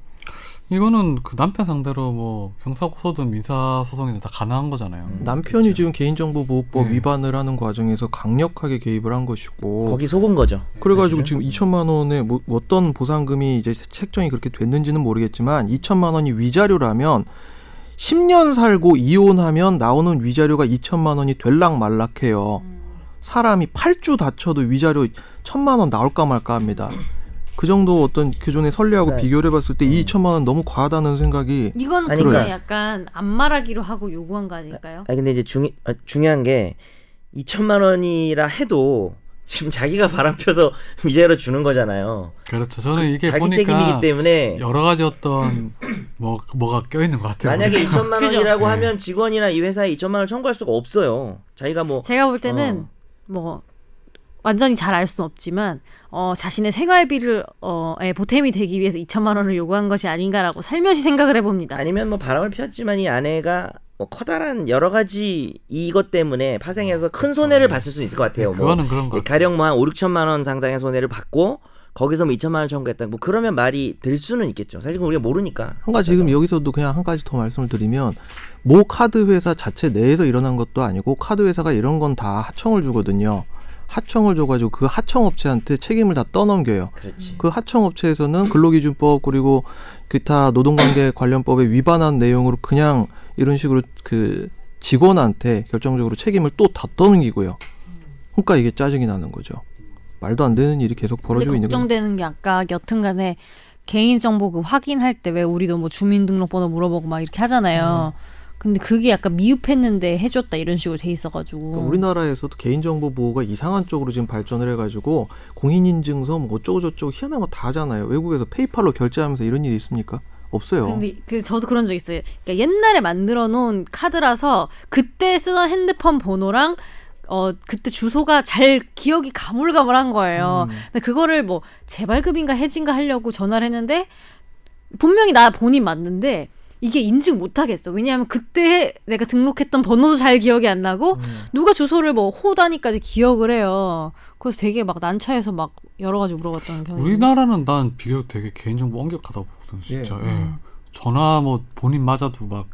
A: 이거는 그 남편 상대로 뭐 형사 고소든 민사 소송이든 다 가능한 거잖아요.
D: 음. 남편이
B: 그렇죠.
D: 지금 개인정보보호법
A: 네.
D: 위반을 하는 과정에서 강력하게 개입을 한 것이고
C: 거기 속은 거죠.
D: 그래가지고
C: 사실은.
D: 지금 2천만 원에 뭐 어떤 보상금이 이제 책정이 그렇게 됐는지는 모르겠지만 2천만 원이 위자료라면 10년 살고 이혼하면 나오는 위자료가 2천만 원이 될락 말락해요. 사람이 8주 다쳐도 위자료 1천만 원 나올까 말까 합니다. 그 정도 어떤 기존의 선례하고
C: 네.
D: 비교를 해봤을 때 이 2천만 원 너무 과하다는 생각이
B: 이건
C: 아니,
B: 그냥
D: 그러니까
C: 그래요.
B: 약간 안 말하기로 하고 요구한 거 아닐까요?
C: 아니 근데 이제 중 아, 중요한 게 2천만 원이라 해도 지금 자기가 바람 펴서 위자료 주는 거잖아요.
A: 그렇죠. 저는 이게
C: 자기
A: 보니까
C: 책임이기 때문에
A: 여러 가지 어떤 뭐 뭐가 껴있는 것 같아요.
C: 만약에 2천만
B: 그죠?
C: 원이라고
A: 네.
C: 하면 직원이나 이 회사에 2천만 원을 청구할 수가 없어요. 자기가 뭐
B: 제가 볼 때는
C: 어.
B: 뭐 완전히 잘 알 수는 없지만 어, 자신의 생활비를 어, 에 보탬이 되기 위해서 2천만 원을 요구한 것이 아닌가라고 살며시 생각을 해봅니다.
C: 아니면 뭐 바람을 피웠지만 이 아내가 뭐 커다란 여러 가지 이것 때문에 파생해서 큰 손해를 봤을 수 있을 것 같아요. 뭐
A: 네, 그거는 그런 거. 같아요.
C: 가령 뭐 한 5, 6천만 원 상당의 손해를 받고 거기서 뭐 2천만 원을 청구했다. 뭐 그러면 말이 될 수는 있겠죠. 사실 그건 우리가 모르니까.
D: 한 가지 지금 여기서도 그냥 한 가지 더 말씀을 드리면 모 카드 회사 자체 내에서 일어난 것도 아니고 카드 회사가 이런 건 다 하청을 주거든요. 하청을 줘가지고 그 하청 업체한테 책임을 다 떠넘겨요.
C: 그렇지.
D: 그 하청 업체에서는 근로기준법 그리고 기타 노동관계 관련법에 위반한 내용으로 그냥 이런 식으로 그 직원한테 결정적으로 책임을 또 다 떠넘기고요. 그러니까 이게 짜증이 나는 거죠. 말도 안 되는 일이 계속
B: 근데
D: 벌어지고 있는 거죠.
B: 걱정되는 게 아까 여튼간에 개인정보 그 확인할 때 왜 우리도 뭐 주민등록번호 물어보고 막 이렇게
D: 음.
B: 하잖아요. 근데 그게 약간 미흡했는데 해줬다 이런 식으로 돼 있어가지고
D: 그러니까 우리나라에서도 개인정보 보호가 이상한 쪽으로 지금 발전을 해가지고 공인인증서 뭐 어쩌고저쩌고 희한한 거 다 하잖아요. 외국에서 페이팔로 결제하면서 이런 일이 있습니까? 없어요.
B: 근데 그 저도 그런 적 있어요. 그러니까 옛날에 만들어 놓은 카드라서 그때 쓰던 핸드폰 번호랑 어 그때 주소가 잘 기억이 가물가물한 거예요. 근데 그거를 뭐 재발급인가 해진가 하려고 전화를 했는데 분명히 나 본인 맞는데 이게 인증 못 하겠어. 왜냐하면 그때 내가 등록했던 번호도 잘 기억이 안 나고 누가 주소를 뭐 호 단위까지 기억을 해요. 그래서 되게 막 난처해서 막 여러 가지 물어봤던 경우.
A: 우리나라는 난 비교 되게 개인정보 엄격하다 보거든 진짜. 예. 전화 뭐 본인 맞아도 막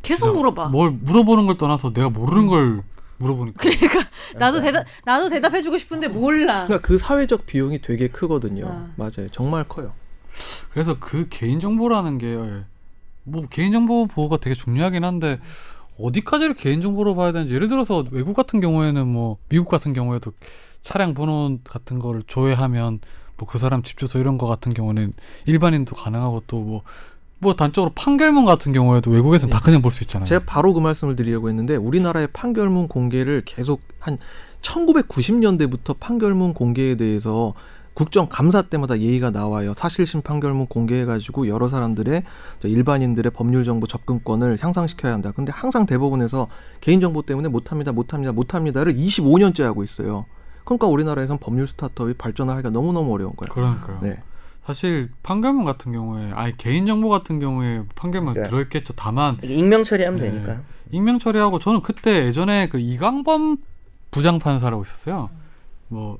B: 계속
C: 아.
B: 물어봐.
A: 뭘 물어보는 걸 떠나서 내가 모르는 걸 물어보니까.
B: 그러니까 나도 대답 나도 대답해 주고 싶은데 몰라.
D: 그러니까 그 사회적 비용이 되게 크거든요.
B: 아.
D: 맞아요. 정말 커요.
A: 그래서 그 개인정보라는 게 뭐 개인정보 보호가 되게 중요하긴 한데 어디까지를 개인정보로 봐야 되는지 예를 들어서 외국 같은 경우에는 뭐 미국 같은 경우에도 차량 번호 같은 거를 조회하면 뭐 그 사람 집 주소 이런 거 같은 경우는 일반인도 가능하고 또 뭐 뭐 단적으로 판결문 같은 경우에도 외국에서는 다 그냥 볼 수 있잖아요.
D: 네. 제가 바로 그 말씀을 드리려고 했는데 우리나라의 판결문 공개를 계속 한 1990년대부터 판결문 공개에 대해서 국정 감사 때마다 예의가 나와요. 사실심 판결문 공개해가지고 여러 사람들의 저 일반인들의 법률 정보 접근권을 향상시켜야 한다. 근데 항상 대법원에서 개인정보 때문에 못합니다, 못합니다, 못합니다를 25년째 하고 있어요. 그러니까 우리나라에선 법률 스타트업이 발전을 하기가 너무너무 어려운 거예요.
A: 그러니까요.
D: 네.
A: 사실 판결문 같은 경우에 아니 개인정보 같은 경우에 판결문
D: 네.
C: 그러니까.
A: 들어있겠죠. 다만
C: 이게 익명 처리하면
A: 네.
C: 되니까.
A: 익명 처리하고 저는 그때 예전에 그 이강범 부장 판사라고 있었어요. 뭐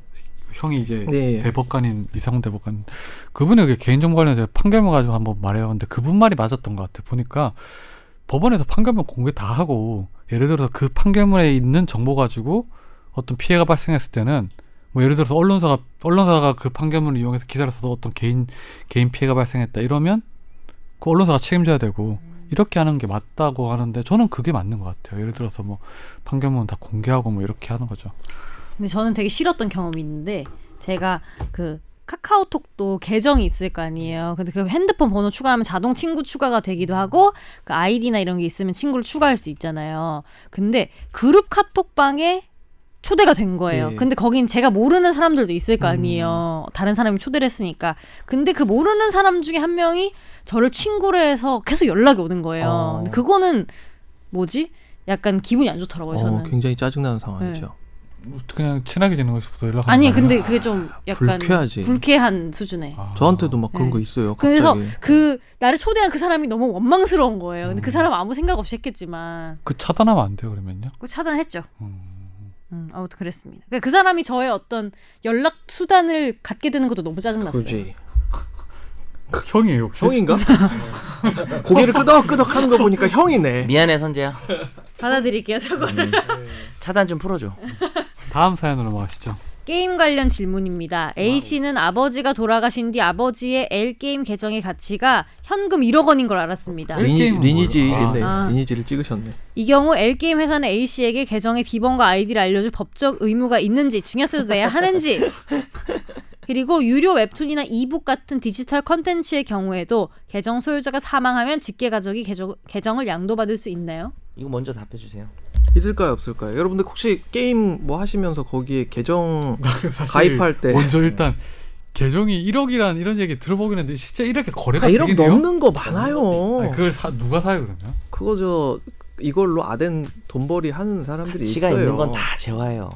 A: 형이 이제
D: 네.
A: 대법관인 이상훈 대법관 그분이 그 개인정보 관련해서 판결문 가지고 한번 말해봤는데 그분 말이 맞았던 것 같아 보니까 법원에서 판결문 공개 다 하고 예를 들어서 그 판결문에 있는 정보 가지고 어떤 피해가 발생했을 때는 뭐 예를 들어서 언론사가 언론사가 그 판결문을 이용해서 기사를 써서 어떤 개인 개인 피해가 발생했다 이러면 그 언론사가 책임져야 되고 이렇게 하는 게 맞다고 하는데 저는 그게 맞는 것 같아요. 예를 들어서 뭐 판결문 다 공개하고 뭐 이렇게 하는 거죠.
B: 근데 저는 되게 싫었던 경험이 있는데 제가 그 카카오톡도 계정이 있을 거 아니에요. 근데 그 핸드폰 번호 추가하면 자동 친구 추가가 되기도 하고 그 아이디나 이런 게 있으면 친구를 추가할 수 있잖아요. 근데 그룹 카톡방에 초대가 된 거예요.
D: 예. 음.
B: 근데 거긴 제가 모르는 사람들도 있을 거 아니에요. 다른 사람이 초대를 했으니까. 근데 그 모르는 사람 중에 한 명이 저를 친구로 해서 계속 연락이 오는 거예요.
D: 어.
B: 근데 그거는 뭐지? 약간 기분이 안 좋더라고요, 저는. 네,
D: 어, 굉장히 짜증나는 상황이죠.
A: 그냥 친하게 지내고 싶어서 연락하는
B: 아니,
A: 거 아니야?
B: 근데 그게 좀 약간
D: 불쾌하지.
B: 불쾌한 수준에.
A: 아.
D: 저한테도 막 그런
B: 네.
D: 거 있어요. 네. 갑자기.
B: 그래서 그 나를 초대한 그 사람이 너무 원망스러운 거예요.
D: 음.
B: 근데 그 사람 은 아무 생각 없이 했겠지만
A: 그 차단하면 안 돼요 그러면요?
B: 꼭 차단했죠.
D: 어.
B: 음, 아무튼 그랬습니다. 그러니까 그 사람이 저의 어떤 연락 수단을 갖게 되는 것도 너무 짜증났어요.
D: 그지.
A: 그 형이에요 혹시?
D: 형인가?
A: 네.
D: 고개를 끄덕끄덕 하는 거 보니까 형이네.
C: 미안해 선재야.
B: 받아들일게요, 저거.
D: 음.
C: 차단 좀 풀어줘.
A: 다음 사연으로 넘어가시죠
B: 게임 관련 질문입니다. A 씨는 아버지가 돌아가신 뒤 아버지의 L 게임 계정의 가치가 현금 1억 원인 걸 알았습니다.
A: 일
D: 리니지,
A: 게임은
D: 리니지
A: 뭐예요?
D: 있네.
B: 아.
D: 리니지를 찍으셨네.
B: 이 경우 L 게임 회사는 A 씨에게 계정의 비번과 아이디를 알려줄 법적 의무가 있는지 증여세도 내야 하는지 그리고 유료 웹툰이나 이북 같은 디지털 컨텐츠의 경우에도 계정 소유자가 사망하면 직계 가족이 계정, 계정을 양도받을 수 있나요?
C: 이거 먼저 답해 주세요.
D: 있을까요, 없을까요? 여러분들 혹시 게임 뭐 하시면서 거기에 계정
A: 사실
D: 가입할 때
A: 먼저 일단 계정이 1억이란 이런 얘기 들어보긴 했는데 실제 이렇게 거래가
D: 아, 1억
A: 되긴 해요?
D: 넘는 거 많아요.
A: 아니, 그걸 사, 누가 사요 그러면?
D: 그거 저 이걸로 아덴 돈벌이 하는 사람들이
C: 치가
D: 있어요.
C: 있는 건 다 재화예요.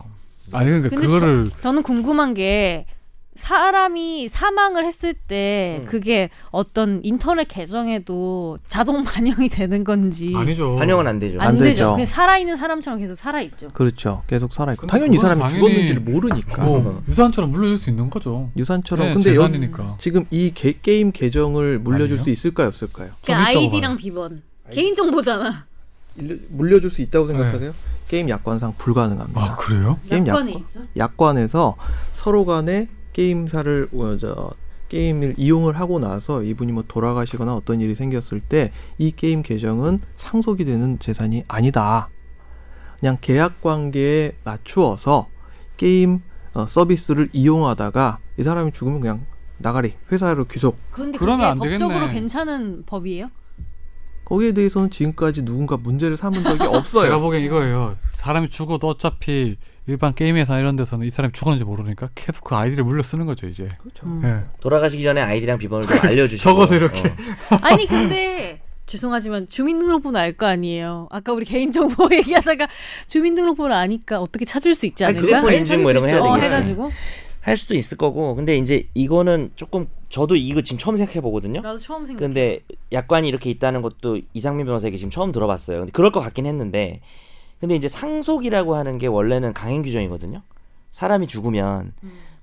A: 아니 그러니까
B: 근데
A: 그거를
B: 저는 궁금한 게 사람이 사망을 했을
A: 음.
B: 때 그게 어떤 인터넷 계정에도 자동 반영이 되는 건지
A: 아니죠
C: 반영은 안 되죠.
D: 안
B: 안 되죠.
D: 되죠.
B: 그냥 살아있는 사람처럼 계속 살아있죠.
D: 그렇죠. 계속 살아 있고
A: 근데
D: 당연히 이
A: 그건
D: 사람이
A: 당연히
D: 죽었는지를 모르니까
A: 뭐 유산처럼 물려줄 수 있는 거죠
D: 유산처럼.
A: 네,
D: 근데 여,
A: 재산이니까
D: 지금 이 게, 게임 계정을 물려줄
A: 아니에요?
D: 수 있을까요, 없을까요?
A: 좀 있다고 봐요.
B: 비번. 개인정보잖아.
D: 일려- 물려줄 수 있다고 생각하세요? 게임 약관상 불가능합니다.
A: 네. 아 그래요?
D: 게임
B: 여건이
D: 약관.
B: 있어?
D: 약관에서 서로 간에 게임사를 어, 저 게임을 이용을 하고 나서 이분이 뭐 돌아가시거나 어떤 일이 생겼을 때 이 게임 계정은 상속이 되는 재산이 아니다. 그냥 계약 관계에 맞추어서 게임 어, 서비스를 이용하다가 이 사람이 죽으면 그냥 나가리 회사로 귀속
B: 근데 그게
A: 그러면 안 되겠네.
B: 법적으로 괜찮은 법이에요?
D: 거기에 대해서는 지금까지 누군가 문제를 삼은 적이
A: 제가 뭐
D: 없어요.
A: 보기엔 이거예요 사람이 죽어도 어차피 일반 게임 회사 이런 데서는 이 사람이 죽었는지 모르니까 계속 그 아이디를 물려 쓰는 거죠 이제
D: 그렇죠.
B: 음.
A: 예.
C: 돌아가시기 전에 아이디랑 비번을 좀 알려주시고.
A: 적어서 이렇게.
C: 어.
B: 아니 근데 죄송하지만 주민등록번호 알 거 아니에요. 아까 우리 개인정보 얘기하다가 주민등록번호 아니까 어떻게 찾을 수 있지
D: 아니,
B: 않을까?
D: 그것뿐이
C: 그건 인증 뭐 이런 거 해야
B: 어,
C: 되겠지.
B: 해가지고
C: 할 수도 있을 거고. 근데 이제 이거는 조금 저도 이거 지금 처음 생각해 보거든요.
B: 나도 처음 생각.
C: 근데 약관이 이렇게 있다는 것도 이상민 변호사에게 지금 처음 들어봤어요. 근데 그럴 것 같긴 했는데, 근데 이제 상속이라고 하는 게 원래는 강행 규정이거든요. 사람이 죽으면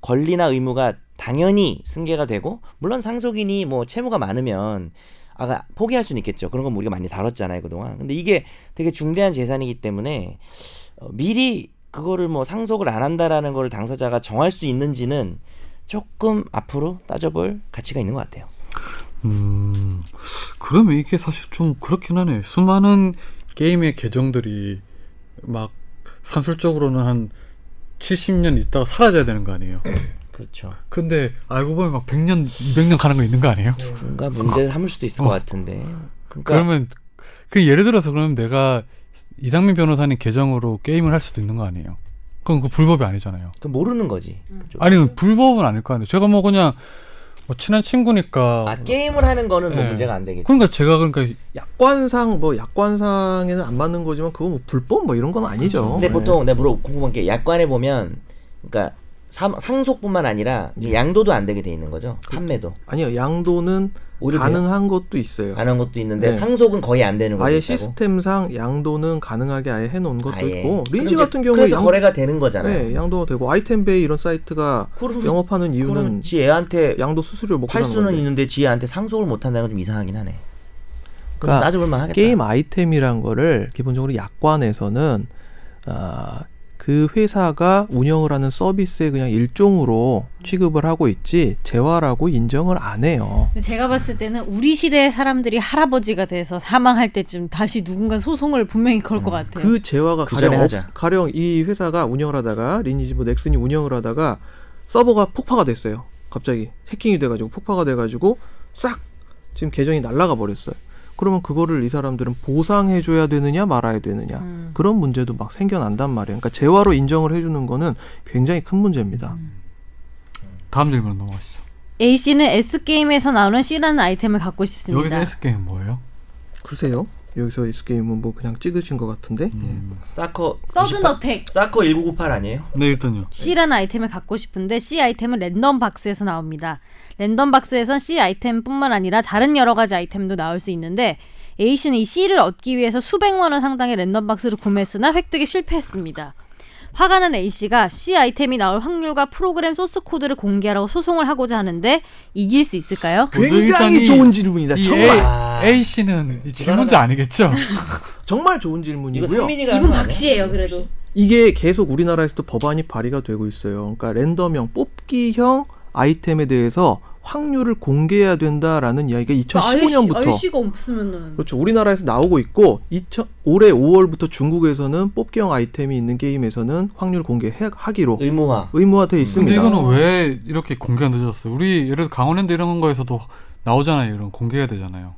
C: 권리나 의무가 당연히 승계가 되고, 물론 상속인이 뭐 채무가 많으면 아가 포기할 수는 있겠죠. 그런 건 우리가 많이 다뤘잖아요 그동안. 근데 이게 되게 중대한 재산이기 때문에 어, 미리 그거를 뭐 상속을 안 한다라는 걸 당사자가 정할 수 있는지는 조금 앞으로 따져볼 가치가 있는 것 같아요.
A: 음, 그러면 이게 사실 좀 그렇긴 하네. 수많은 게임의 계정들이 막 산술적으로는 한 70년 있다가 사라져야 되는 거 아니에요?
C: 그렇죠.
A: 근데 알고 보면 막 100년, 200년 가는 거 있는 거 아니에요?
C: 뭔가 문제를 삼을 수도 있을 것
D: 어.
C: 같은데. 그러니까
A: 그러면 그 예를 들어서 그러면 내가 이상민 변호사님 계정으로 게임을 할 수도 있는 거 아니에요? 그건 그 불법이 아니잖아요.
C: 그 모르는 거지.
B: 음.
C: 그쪽.
A: 아니 불법은 아닐 거 아니에요. 제가 뭐 그냥 뭐 친한
D: 어.
A: 친구니까
C: 아 게임을 하는 거는 뭐
A: 네.
C: 문제가 안 되겠지.
A: 그러니까 제가 그러니까
D: 약관상 뭐 약관상에는 안 맞는 거지만 그건 뭐 불법 뭐 이런 건 아니죠.
C: 근데
D: 네.
C: 보통 내가 물어 궁금한 게 약관에 보면 그러니까 삼- 상속뿐만 아니라
D: 네.
C: 이제 양도도 안 되게 돼 있는 거죠. 판매도
D: 아니요 양도는
C: 오히려
D: 가능한 것도 있어요.
C: 안 한 것도 있는데
D: 네.
C: 상속은 거의 안 되는 거고.
D: 아예 시스템상 양도는 가능하게 아예 해놓은 것도 있고 리니지 같은 경우에
C: 그래서
D: 양,
C: 거래가 되는 거잖아요.
D: 네, 양도가 되고 아이템베이 이런 사이트가
C: 그럼-
D: 영업하는
C: 그럼
D: 이유는
C: 지 애한테
D: 양도 수수료 먹고
C: 팔
D: 사는
C: 수는
D: 건데.
C: 있는데 지 애한테 상속을 못 한다는 건 좀 이상하긴 하네. 그럼
D: 그러니까
C: 따져볼 만하겠다.
D: 게임 아이템이란 거를 기본적으로 약관에서는 아, 그 회사가 운영을 하는 서비스의 그냥 일종으로 취급을 하고 있지 재화라고 인정을 안 해요.
B: 근데 제가 봤을 때는 우리 시대 사람들이 할아버지가 돼서 사망할 때쯤 다시 누군가 소송을 분명히 걸 것 같아요.
D: 그 재화가
C: 그
D: 가령
C: 전에
D: 없,
C: 하자.
D: 가령 이 회사가 운영을 하다가 리니지 뭐 넥슨이 운영을 하다가 서버가 폭파가 됐어요. 갑자기 해킹이 돼가지고 폭파가 돼가지고 싹 지금 계정이 날라가 버렸어요. 그러면 그거를 이 사람들은 보상해줘야 되느냐 말아야 되느냐 그런 문제도 막 생겨난단 말이에요. 그러니까 재화로 인정을 해주는 거는 굉장히 큰 문제입니다.
A: 다음 질문 넘어가시죠.
B: A 씨는 S 게임에서 나오는 C라는 아이템을 갖고
A: 여기서
B: 싶습니다.
A: S 게임 뭐예요?
D: 글쎄요. 여기서 이스 게임은 뭐 그냥 찍으신 것 같은데 예.
C: 사커
B: 서든
C: 98
B: 어택
C: 사커 1998 아니에요?
A: 네 일단요.
B: C라는 아이템을 갖고 싶은데 C 아이템은 랜덤 박스에서 나옵니다. 랜덤 박스에선 C 아이템뿐만 아니라 다른 여러 가지 아이템도 나올 수 있는데 A 씨는 이 C를 얻기 위해서 수백만 원 상당의 랜덤 박스를 구매했으나 획득에 실패했습니다. 화가 난 A 씨가 C 아이템이 나올 확률과 프로그램 소스 코드를 공개하라고 소송을 하고자 하는데 이길 수 있을까요?
A: 굉장히
D: 굉장히 좋은 질문이다. 예.
A: 이
D: 정말
A: A, A 씨는 이 질문자 아니겠죠?
D: 정말 좋은
C: 이거
D: 질문이고요.
C: 상민이가 하는
B: 이분
C: 거 아니야?
B: 박 씨예요, 그래도.
D: 이게 계속 우리나라에서도 법안이 발의가 되고 있어요. 그러니까 랜덤형 뽑기형 아이템에 대해서 확률을 공개해야 된다라는 이야기가 2015년부터
B: 씨가
C: 어.
B: 없으면은
D: 그렇죠. 우리나라에서 나오고 있고 2000, 올해 5월부터 중국에서는 뽑기형 아이템이 있는 게임에서는 확률 공개하기로
C: 의무화.
D: 의무화돼
A: 근데
D: 있습니다.
A: 이거는 왜 이렇게 공개가 늦었어요? 우리 예를 들어 강원랜드 이런 거에서도 나오잖아요. 이런 공개가 되잖아요.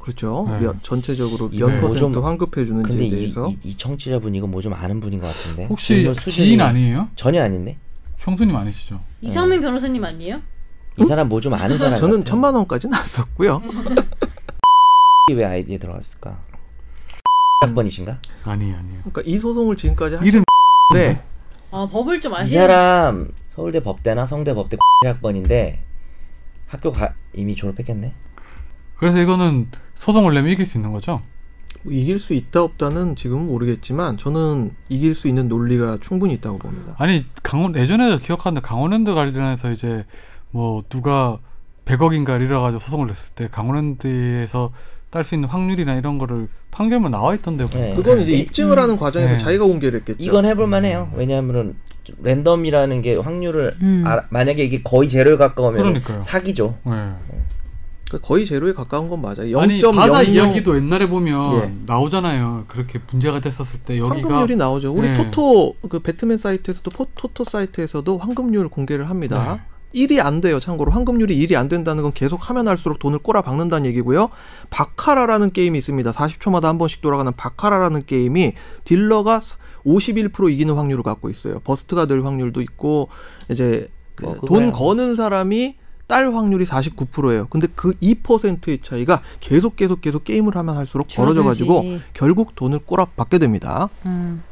D: 그렇죠.
A: 네.
D: 몇- 전체적으로 몇
C: 이거
D: 퍼센트
C: 좀-
D: 환급해
C: 근데
D: 주는지에
C: 이,
D: 대해서
C: 이, 이 청취자분 이거 뭐 좀 아는 분인 것 같은데.
A: 혹시
C: 질문 네, 수준이
A: 지인 아니에요?
C: 전혀 아닌데.
A: 형수님 아니시죠?
B: 이상민 변호사님 아니에요?
C: 이 사람 뭐 좀 아는 사람.
D: 저는 천만 원까지는 안 썼고요.
C: 왜 아이디에 들어갔을까? 사건이신가?
A: 아니 아니에요.
D: 그러니까 이 소송을 지금까지
A: 이름
D: 하는데
B: 아 법을 좀
C: 이
B: 아시는
C: 사람 서울대 법대나 성대 법대 학번인데 학교 가 이미 졸업했겠네.
A: 그래서 이거는 소송을 내면 이길 수 있는 거죠?
D: 뭐 이길 수 있다 없다는 지금은 모르겠지만 저는 이길 수 있는 논리가 충분히 있다고 봅니다.
A: 아니 강원 예전에 기억하는데 강원랜드 관련해서 이제 뭐 누가 100억인가 이래 가지고 소송을 냈을 때 강원랜드에서 딸 수 있는 확률이나 이런 거를 판결문 나와 있던데
C: 네.
D: 그건 이제 입증을 하는 과정에서
A: 네.
D: 자기가 공개를 했겠죠.
C: 이건 해볼만해요. 왜냐하면은 좀 랜덤이라는 게 확률을
B: 음.
C: 알아- 만약에 이게 거의 제로에 가까우면
A: 그러니까요.
C: 사기죠.
A: 네.
D: 그러니까 거의 제로에 가까운 건 맞아요. 0.00
A: 아니 바다 이야기도 옛날에 보면
D: 예.
A: 나오잖아요. 그렇게 문제가 됐었을 때 네, 여기가
D: 황금률이 나오죠. 우리
A: 네.
D: 토토 그 배트맨 사이트에서도 포, 토토 사이트에서도 황금률 공개를
A: 네.
D: 합니다. 1이 안 돼요. 참고로 황금률이 1이 안 된다는 건 계속 하면 할수록 돈을 꼬라 박는다는 얘기고요. 바카라라는 게임이 있습니다. 40초마다 한 번씩 돌아가는 바카라라는 게임이 딜러가 51% 이기는 확률을 갖고 있어요. 버스트가 될 확률도 있고 이제 그
C: 어, 그거야.
D: 돈 거는 사람이 딸 확률이 49%예요. 근데 그 2%의 차이가 계속 계속 계속 게임을 하면 할수록 벌어져 가지고
B: 줄어들지.
D: 결국 돈을 꼬라박게 됩니다.
B: 음.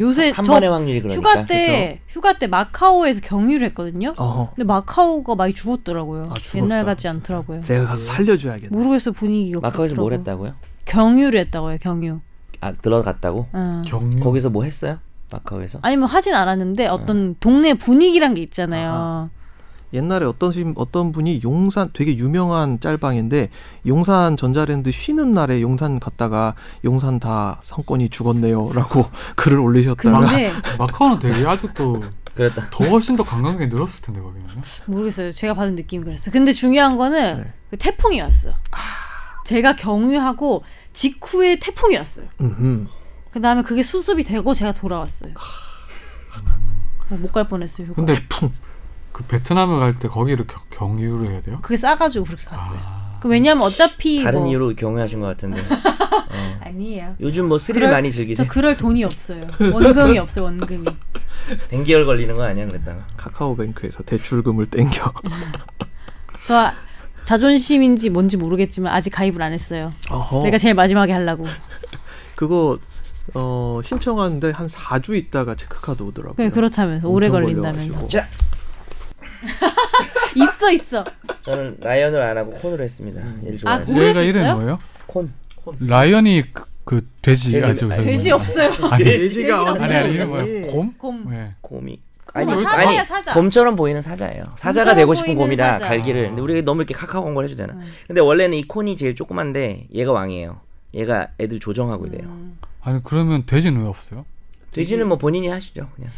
B: 요새
C: 한
B: 저
C: 번의 확률이 그러니까.
B: 휴가 때 휴가 때 마카오에서 경유를 했거든요.
D: 어허.
B: 근데 마카오가 많이 죽었더라고요.
D: 아, 죽었어.
B: 옛날 같지 않더라고요.
D: 내가 가서 살려줘야겠네.
B: 모르겠어 분위기가.
C: 네. 마카오에서 뭘
B: 그렇더라고요.
C: 했다고요?
B: 경유를 했다고요. 경유.
C: 아 들어갔다고?
B: 응.
A: 경유
C: 거기서 뭐 했어요? 마카오에서?
B: 아니면 하진 않았는데 어떤 동네 분위기란 게 있잖아요.
D: 옛날에 어떤 심- 어떤 분이 용산 되게 유명한 짤방인데 용산 전자랜드 쉬는 날에 용산 갔다가 용산 다 성권이 죽었네요라고 글을 올리셨다가
B: 근데
A: 마카오는 되게 아직도
C: 그랬다.
A: 더 훨씬 더 관광객이 늘었을 텐데 거기는요.
B: 모르겠어요. 제가 받은 느낌이 그랬어요. 근데 중요한 거는
D: 네.
B: 그 태풍이 왔어.
C: 아.
B: 제가 경유하고 직후에 태풍이 왔어요.
D: 음흠.
B: 그 다음에 그게 수습이 되고 제가 돌아왔어요. 뭐 못 갈 뻔했어요. 휴가.
A: 근데 그 베트남에 갈 때 거기를 겨- 경유를 해야 돼요?
B: 그게 싸가지고 그렇게 갔어요.
A: 아.
B: 그 왜냐면 어차피
C: 다른
B: 뭐
C: 이유로 경유하신 것 같은데.
B: 아니에요.
C: 요즘 뭐 스릴
B: 그럴-
C: 많이
B: 저
C: 즐기세요?
B: 그럴 돈이 없어요. 원금이 없어요. 원금이.
C: 댕기열 걸리는 거 아니야 그랬다가.
D: 카카오뱅크에서 대출금을 땡겨.
B: 저 자존심인지 뭔지 모르겠지만 아직 가입을 안 했어요.
D: 어허.
B: 내가 제일 마지막에 하려고.
D: 그거 어, 신청하는데 한 4주 있다가 체크카드 오더라고요.
B: 그 그렇다면서 오래
D: 네. 엄청
B: 걸린다면서.
D: 걸려가지고.
C: 자
B: 있어 있어.
C: 저는 라이언을 안 하고 콘으로 했습니다. 일
B: 아, 그-
C: 좋아해서.
B: 고- 고를
A: 얘가
B: 수
A: 이름이
B: 있어요?
A: 뭐예요?
C: 콘.
A: 라이언이 그, 그 돼지
C: 제일-
A: 아죠?
C: 아니,
B: 돼지 없어요. 돼지가
D: 돼지가
A: 아니 아니 이름
D: 없어요.
A: 뭐예요? 곰?
B: 곰.
A: 네.
C: 곰이.
B: 곰아,
C: 왜-
B: 사자야, 사자.
C: 곰처럼 보이는 사자예요. 사자가
B: 곰처럼
C: 되고 싶은
B: 보이는
C: 곰이다
B: 사자. 음.
C: 갈기를. 근데 우리가 너무 이렇게 카카오 광고 해도 되나? 근데 원래는 이 콘이 제일 조그만데 얘가 왕이에요. 얘가 애들
B: 음.
C: 조정하고 이래요.
A: 아니 그러면 돼지는 왜 없어요?
C: 돼지는 뭐 본인이 하시죠 그냥.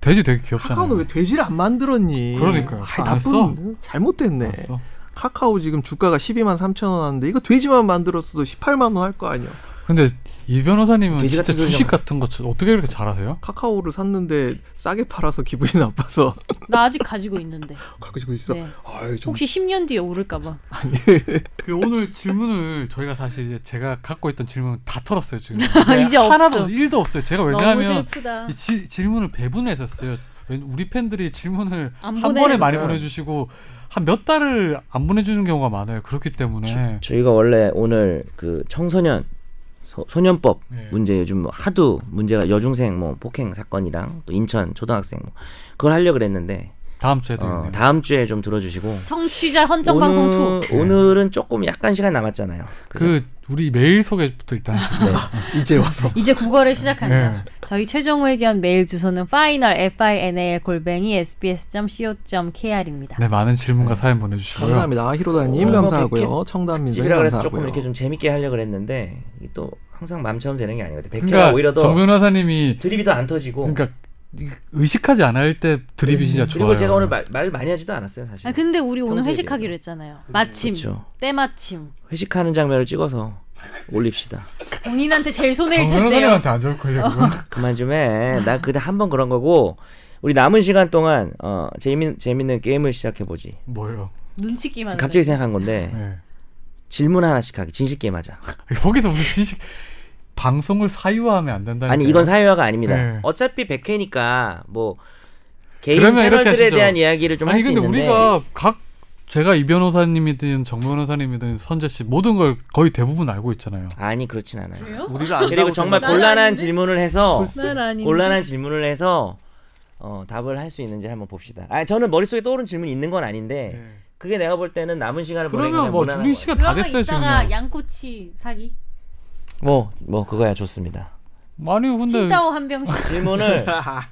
A: 돼지 되게 귀엽잖아요.
D: 카카오는 왜 돼지를 안 만들었니?
A: 그러니까요.
D: 아이,
A: 안
D: 나쁜 음,
A: 써?
D: 잘못됐네.
A: 알았어.
D: 카카오 지금 주가가 12만 3천 원 하는데 이거 돼지만 만들었어도 18만 원 할 거 아니야.
A: 근데 이 변호사님은
C: 돼지
A: 진짜
C: 같은 소리
A: 주식
C: 하면-
A: 같은 거 저- 어떻게 이렇게 잘하세요?
D: 카카오를 샀는데 싸게 팔아서 기분이 나빠서
B: 나 아직 가지고 있는데.
D: 가지고 있어.
B: 네.
D: 아유 좀
B: 혹시 10년 뒤에 오를까봐.
A: 그 오늘 질문을 저희가 사실 이제 제가 갖고 있던 질문 다 털었어요 지금.
B: 아, 이제
A: 하나도
B: 없어.
A: 일도 없어요. 제가
B: 너무
A: 왜냐하면
B: 슬프다.
A: 이 지- 질문을 배분했었어요. 왜- 우리 팬들이 질문을
B: 안
A: 한
B: 보내요.
A: 번에 많이
C: 네.
A: 보내주시고 한 몇 달을 안 보내주는 경우가 많아요. 그렇기 때문에
C: 저희가 원래 오늘 그 청소년 소, 년법
A: 네.
C: 문제 요즘 뭐 하도 문제가 여중생 뭐 폭행 사건이랑 또 인천 초등학생 뭐 그걸 하려 고 그랬는데
A: 다음 주에
C: 어,
A: 되겠네요.
C: 다음 주에 좀 들어주시고
B: 청취자 헌정 방송 투.
A: 투.
C: 오늘은 조금 약간 시간 남았잖아요. 그죠?
A: 그 우리 메일 소개부터 일단
C: 네.
D: 이제 와서
B: 이제 국어를 시작한다.
A: 네.
B: 저희 최종 의견 메일 주소는 final f i n a l 골뱅이 s b s c o k r 입니다.
A: 네, 많은 질문과 사연 보내주시고요.
D: 감사합니다. 히로다님
C: 어,
D: 감사하고요.
C: 이렇게
D: 청담민님
C: 집이라 그래서 조금
D: 감사하고요.
C: 이렇게 좀 재밌게 하려고 그랬는데 이게 또 항상 마음처럼 되는 게 아니거든. 백회가
A: 그러니까
C: 오히려 더
A: 정 변호사님이
C: 드립이 더 안 터지고.
A: 그러니까 의식하지 않을 때 드립이 진짜 좋아요.
C: 그리고 제가 오늘 말, 말 많이 하지도 않았어요 사실.
B: 아 근데 우리 오늘
C: 평소에
B: 회식하기로 했잖아요. 마침
C: 그렇죠.
B: 때마침
C: 회식하는 장면을 찍어서 올립시다.
B: 본인한테 제일 손해일
A: 정
B: 텐데요.
A: 변호사님한테 안 좋을 거예요. 그건.
C: 그만 좀 해. 나 그때 한 번 그런 거고 우리 남은 시간 동안 어, 재미 재밌는 게임을 시작해 보지.
A: 뭐예요?
B: 눈치 게임하는.
C: 갑자기 생각한 건데
A: 아, 네. 아,
C: 질문 하나씩 하기 진실 게임 하자.
A: 거기서 무슨 지식 방송을 사유화하면 안 된다니까.
C: 아니 이건 사회화가 아닙니다.
A: 네.
C: 어차피 100회니까 뭐 개인
A: 그러면 이렇게
C: 패널들에
A: 하시죠.
C: 대한 이야기를 좀 할
A: 아니
C: 수
A: 근데
C: 있는데
A: 우리가 각 제가 이 변호사님이든 정 변호사님이든 선재 씨 모든 걸 거의 대부분 알고 있잖아요.
C: 아니 그렇진 않아요.
D: 우리가 안다고
C: 그리고 정말
D: 생각하고
C: 곤란한
B: 아닌데?
C: 질문을 해서
B: 난 아닌데.
C: 곤란한 질문을 해서 어, 답을 할 수 있는지 한번 봅시다. 아 저는 머릿속에 떠오른 질문이 있는 건 아닌데
A: 네.
C: 그게 내가 볼 때는 남은 시간을 보내기
A: 그러면
C: 그냥
A: 뭐
C: 무난한
A: 둘이
C: 거예요.
A: 시간 다 됐어요 지금.
B: 이따가 양꼬치 사기.
C: 뭐, 뭐 그거야 좋습니다.
A: 아니 근데
B: 칭따오 한 병씩
C: 질문을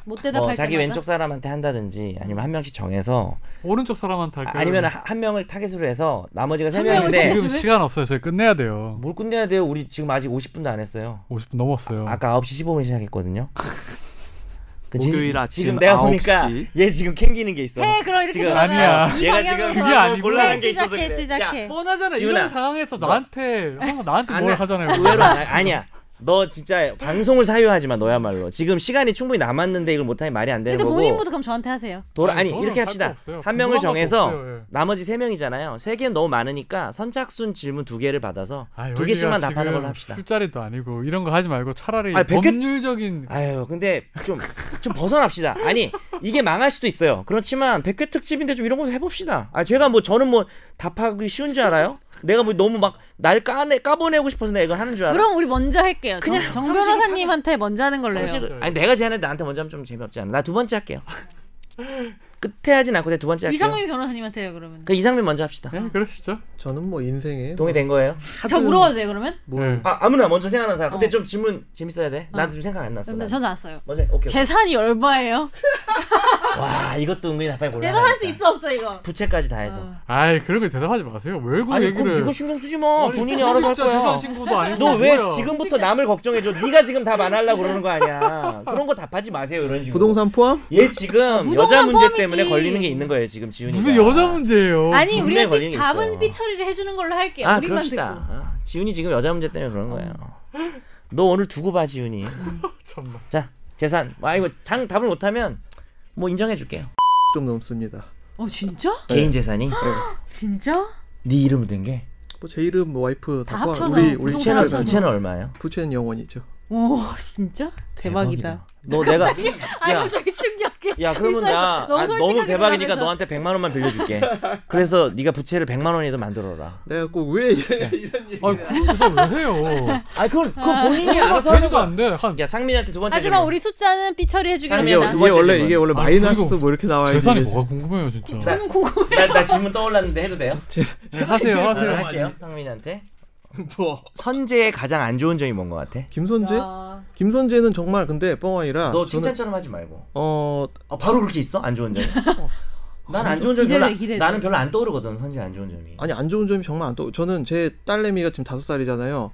B: 못 대답할
C: 뭐 어, 자기
B: 때마다.
C: 왼쪽 사람한테 한다든지 아니면 한 명씩 정해서
A: 오른쪽 사람한테 할까요?
C: 아니면 한- 한 명을 타겟으로 해서 나머지가 세
B: 한 명을
C: 명인데
B: 타겟-
A: 지금 시간 없어요. 저희 끝내야 돼요.
C: 뭘 끝내야 돼요? 우리 지금 아직 50분도 안 했어요.
A: 50분 넘었어요.
C: 아까 9시 15분 시작했거든요. 그
D: 목요일 아침
C: 지금 내가
D: 9시.
C: 보니까 얘얘 지금 캥기는 게 있어.
B: 해 그럼 이렇게
C: 지금
B: 돌아가.
A: 아니야.
B: 이
C: 얘가 지금
B: 방향으로
A: 그게
B: 돌아가.
A: 아니고.
C: 곤란한 게 있어서
B: 시작해
C: 그래.
B: 시작해.
C: 야,
A: 네. 뻔하잖아
C: 지훈아. 네.
A: 이런 상황에서 나한테 항상 나한테
C: 안
A: 뭘
C: 해.
A: 하잖아요.
C: 의외로 안- 아니야. 너 진짜 방송을 사유하지만 너야말로 지금 시간이 충분히 남았는데 이걸 못하면 말이 안 되는
B: 근데
C: 거고.
B: 본인부터 그럼 저한테 하세요.
C: 돌아
A: 아니,
C: 아니
A: 저는
C: 이렇게
A: 할거
C: 합시다.
A: 없어요.
C: 한 명을
A: 궁금한 것도
C: 정해서
A: 없어요, 예.
C: 나머지 세 명이잖아요. 세 개는 너무 많으니까 선착순 질문 두 개를 받아서
A: 아,
C: 두 개씩만
A: 여기가
C: 답하는
A: 지금
C: 걸로 합시다.
A: 술자리도 아니고 이런 거 하지 말고 차라리
C: 아니, 백회-
A: 법률적인
C: 아유 근데 좀 좀 벗어납시다. 아니 이게 망할 수도 있어요. 그렇지만 100회 특집인데 좀 이런 것도 해봅시다. 아 제가 뭐 저는 뭐 답하기 쉬운 줄 알아요? 내가 뭐 너무 막 날 까내 까보내고 싶어서 내가 이걸 하는 줄 알아?
B: 그럼 우리 먼저 할게요. 정-
C: 그냥
B: 정
C: 한 번씩
B: 변호사님한테 먼저 하는 걸로 해요.
C: 사실- 아니 내가 제안해 나한테 먼저 하면 좀 재미없지 않아? 나 두 번째 할게요. 끝에 하진 않고 내가 두 번째 할게요.
B: 이상민 네. 변호사님한테요 그러면.
C: 그 이상민 먼저 합시다.
A: 예, 그러시죠.
D: 저는 뭐 인생에
C: 동의된 거예요?
B: 저
D: 하든-
B: 물어봐도 돼요 그러면?
D: 뭐
A: 예.
C: 아 아무나 먼저 생각하는 사람. 근데 좀 질문 재밌어야 돼. 난
B: 어.
C: 지금 생각 안 났어.
B: 근데
C: 난.
B: 전 났어요.
C: 먼저 해. 오케이. 오케이.
B: 재산이 얼마예요?
C: 와 이것도 은근히 답변이 몰라.
B: 대답할 수 있어 없어 이거?
C: 부채까지 다 해서.
B: 어.
A: 아이 그런 거 대답하지 마세요. 왜그
C: 아니 그럼
A: 얘기를
C: 이거 신경 쓰지 마.
A: 아니,
C: 본인이 알아서 할
A: 진짜
C: 거야.
A: 재산 신고도 아니고
C: 너 왜
A: 뭐야.
C: 지금부터
B: 그러니까.
C: 남을 걱정해줘? 네가 지금 답 안 하려고 그러는 거 아니야. 그런 거 답하지 마세요. 이런 식으로.
D: 부동산 포함?
C: 얘 지금
B: 부동산
C: 여자 문제
B: 포함이지.
C: 때문에 걸리는 게 있는 거예요. 지금 지훈이가.
A: 무슨 여자 문제예요?
B: 아니
C: 어, 분명히
B: 우리가
C: 걸리는
B: 삐-
C: 게
B: 답은
C: 있어.
B: 삐 처리를 해주는 걸로 할게요.
C: 아
B: 우리만
C: 그럽시다.
B: 듣고.
C: 아, 지훈이 지금 여자 문제 때문에 그런 거예요. 너 오늘 두고 봐 지훈이.
A: 참나.
C: 자 재산. 아 이거 장 답을 못하면 뭐 인정해줄게요.
D: 좀 넘습니다.
B: 어 진짜?
D: 네.
C: 개인 재산이
B: 진짜?
C: 네 이름으로 된 게.
D: 뭐 제 이름 뭐 와이프 다,
B: 다
D: 포함-
B: 합쳐서
D: 우리 우리
B: 부동산
C: 부채는
B: 합쳐서.
C: 부채는 얼마예요?
D: 부채는 영원이죠.
B: 오 진짜? 대박이다.
C: 너 내가
B: 아
C: 야.
B: 갑자기 충격해.
C: 야 그러면 나
B: 있어. 너무
C: 아, 너무
B: 솔직하게
C: 대박이니까
B: 대답해서.
C: 너한테 100만 원만 빌려줄게. 그래서 네가 부채를 100만 원이든 만들어라.
D: 내가 꼭왜 이런 얘기?
A: 아니 그런 거왜 해요?
C: 아 그건 그건 본인이 알아서 하는
A: 되지도
C: 거야.
A: 안 돼. 한
C: 야 상민한테 두 번째
B: 하지만
C: 질문.
B: 우리 숫자는 삐 처리해주기로
C: 아니,
D: 이게,
B: 합니다.
C: 두
D: 이게
C: 번째
D: 원래
C: 질문.
D: 이게 원래
A: 아,
D: 마이너스
A: 그리고
D: 뭐 이렇게 나와야
A: 재산이
D: 되지.
A: 뭐가 궁금해요 진짜.
C: 아, 자,
B: 너무 궁금해.
C: 나, 나 질문 떠올랐는데 해도 돼요?
A: 네, 하세요
C: 아,
A: 하세요.
C: 할게요 상민한테.
D: 뭐?
C: 선재의 가장 안 좋은 점이 뭔 것 같아?
D: 김선재?
B: 야.
D: 김선재는 정말 근데 뻥 아니라
C: 너
D: 저는
C: 칭찬처럼 하지 말고.
D: 어
C: 아 바로 그렇게 있어? 안 좋은 점. 난 안 좋은 점이
B: 기대돼,
C: 별로 안-
B: 기대돼.
C: 나는 별로 안 떠오르거든 선재 안 좋은 점이.
D: 아니 안 좋은 점이 정말 안 떠. 저는 제 딸내미가 지금 다섯 살이잖아요.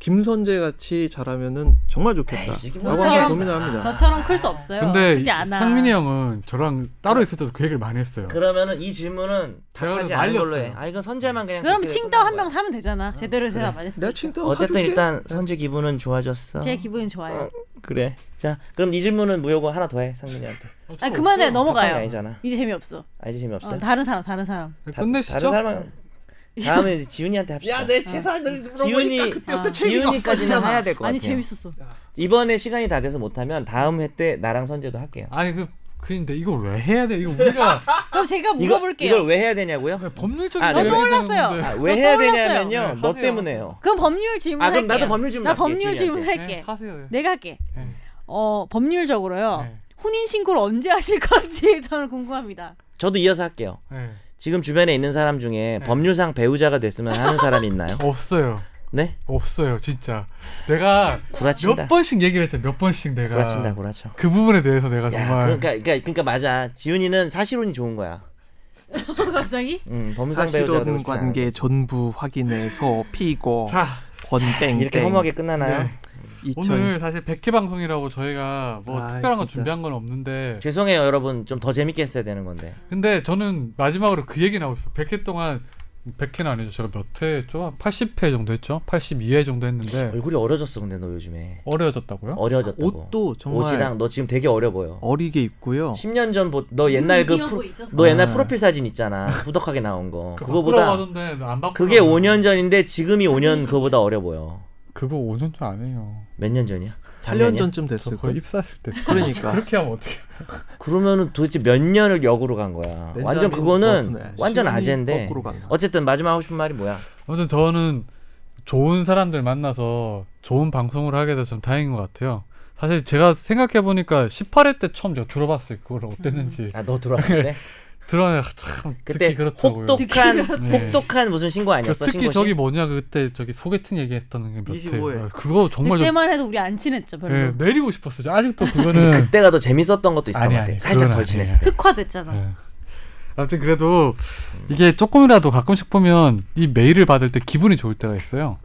D: 김선재 같이 잘하면은 정말
C: 에이,
D: 좋겠다라고
C: 저처럼-
D: 항상 고민을 합니다.
B: 저처럼 클 수 없어요.
A: 근데
B: 크지 않아.
A: 상민이 형은 저랑 따로 있을 때도 그 얘기를 많이 했어요.
C: 그러면은 이 질문은
A: 제가
C: 답하지
A: 그래서
C: 않은 걸로
A: 말렸어요.
C: 해. 아 이건 선재만 그냥.
B: 그럼
C: 그렇게
B: 칭따오
C: 끝나는
B: 한병
C: 거야.
B: 사면 되잖아. 제대로 대답 안 했어.
D: 내가 칭따오
C: 어쨌든
D: 사줄게.
C: 일단 선재 기분은 좋아졌어.
B: 제 기분이 좋아요.
C: 그래. 자 그럼 이 질문은 무효고 하나 더 해 상민이한테.
B: 아 그만해
C: 답답한 게
B: 넘어가요.
C: 아니잖아.
B: 이제 재미없어.
C: 아니 재미없어.
B: 어, 다른 사람 다른 사람.
A: 네,
C: 다-
A: 끝내시죠.
C: 다른 사람은 다음에 이제 지훈이한테 합시다.
E: 야내 재산을 물어보니까
C: 아, 지훈이-
E: 그때부터 재미가
B: 아.
C: 지훈이까지는
E: 없어지잖아.
C: 해야 될 것 같아요.
B: 아니 재밌었어.
C: 이번에 시간이 다 돼서 못하면 다음 회 때 나랑 선재도 할게요.
A: 아니 그 근데 이걸 왜 해야 돼? 이거 우리가
B: 그럼 제가
C: 이거-
B: 물어볼게요.
C: 이걸 왜 해야 되냐고요?
A: 그냥 법률적인
C: 아,
A: 얘기를
B: 저도
A: 해야
B: 올랐어요.
A: 되는데.
C: 아,
B: 저
C: 왜 해야
B: 떠올랐어요.
C: 되냐면요.
A: 네,
C: 너
A: 하세요.
C: 때문에요.
B: 그럼 법률 질문
C: 아, 그럼
B: 할게요.
C: 나도 법률 질문
B: 나
C: 할게,
B: 법률
C: 지훈이한테.
B: 질문
A: 네,
B: 할게.
A: 하세요.
B: 내가 할게.
A: 네.
B: 어 법률적으로요.
A: 네.
B: 혼인 신고를 언제 하실 건지 저는 궁금합니다.
C: 저도 이어서 할게요.
A: 네.
C: 지금 주변에 있는 사람
B: 네.
C: 중에 법률상 배우자가 됐으면 하는 사람이 있나요?
A: 없어요.
C: 네?
A: 없어요, 진짜. 내가
C: 구라친다.
A: 몇 번씩 얘기를 했어요. 몇 번씩 내가
C: 구라친다, 구라쳐.
A: 그 부분에 대해서 내가
C: 야,
A: 정말
C: 그러니까, 그러니까, 그러니까 맞아. 지훈이는 사실혼이 좋은 거야.
B: 갑자기?
C: 음, 법률상 배우자가 되고
D: 사실혼
C: 싶지 않아.
D: 관계 전부 확인해서 피고
A: 자,
D: 권땡땡
C: 이렇게 허무하게 끝나나요?
A: 네.
D: 2000
A: 오늘 사실 100회 방송이라고 저희가 뭐
D: 아,
A: 특별한 거
D: 진짜.
A: 준비한 건 없는데
C: 죄송해요, 여러분. 좀 더 재밌게 했어야 되는 건데.
A: 근데 저는 마지막으로 그 얘기 나오고 싶어요. 100회 동안 100회는 아니죠. 제가 몇 회 했죠? 한 80회 정도 했죠? 82회 정도 했는데
C: 얼굴이 어려졌어, 근데 너 요즘에.
A: 어려졌다고요?
C: 아, 어려졌다고.
D: 네. 옷도 정말
C: 뭐 옷이랑 너 지금 되게 어려 보여.
D: 어리게 입고요.
C: 10년 전 너 옛날 그
B: 미디어
C: 프로,
B: 보고 있어서.
C: 너 옛날
A: 아.
C: 프로필 사진 있잖아. 부덕하게 나온 거.
A: 그
C: 그거보다
A: 바꾸라고 하던데 안 바꾸라고.
C: 그게 5년 전인데 지금이 5년 그거보다 어려 보여.
A: 그거 5년 전 아니에요.
C: 몇 년 전이야?
D: 8년
C: 작년이야?
D: 전쯤
A: 저
D: 됐을
A: 거의
D: 거예요.
A: 입사했을 때.
D: 그러니까.
A: 그렇게 하면 어떻게?
C: 그러면은 도대체 몇 년을 역으로 간 거야.
D: 벤자민
C: 완전 그거는
D: 버튼에
C: 완전
D: 뭐 시간이
C: 아재인데.
D: 거꾸로 갔나.
C: 어쨌든 마지막 하고 싶은 말이 뭐야?
A: 아무튼 저는 좋은 사람들 만나서 좋은 방송을 하게 돼서 좀 다행인 것 같아요. 사실 제가 생각해 보니까 18회 때 처음 제가 들어봤어요. 그걸 어땠는지
C: 아 너 들어왔을 때
A: 들어야 참
C: 그때
A: 듣기 그렇더라고요.
C: 혹독한
A: 네.
C: 혹독한 무슨 신고
A: 그
C: 아니었어?
A: 특히
C: 신고
A: 저기 뭐냐 그때 저기 소개팅 얘기했던 게몇 회.
D: 25회.
A: 아, 그거 정말 좀
B: 그때만 해도 우리 안 친했죠 별로.
A: 예, 내리고 싶었어요. 아직도 그거는
C: 그때가 더 재밌었던 것도 있을 것
A: 음. 아니,
C: 같아.
A: 아니,
C: 살짝
A: 그건
C: 덜
A: 아니에요.
C: 친했을 때.
B: 흑화됐잖아.
A: 예. 아무튼 그래도 이게 조금이라도 가끔씩 보면 이 메일을 받을 때 기분이 좋을 때가 있어요.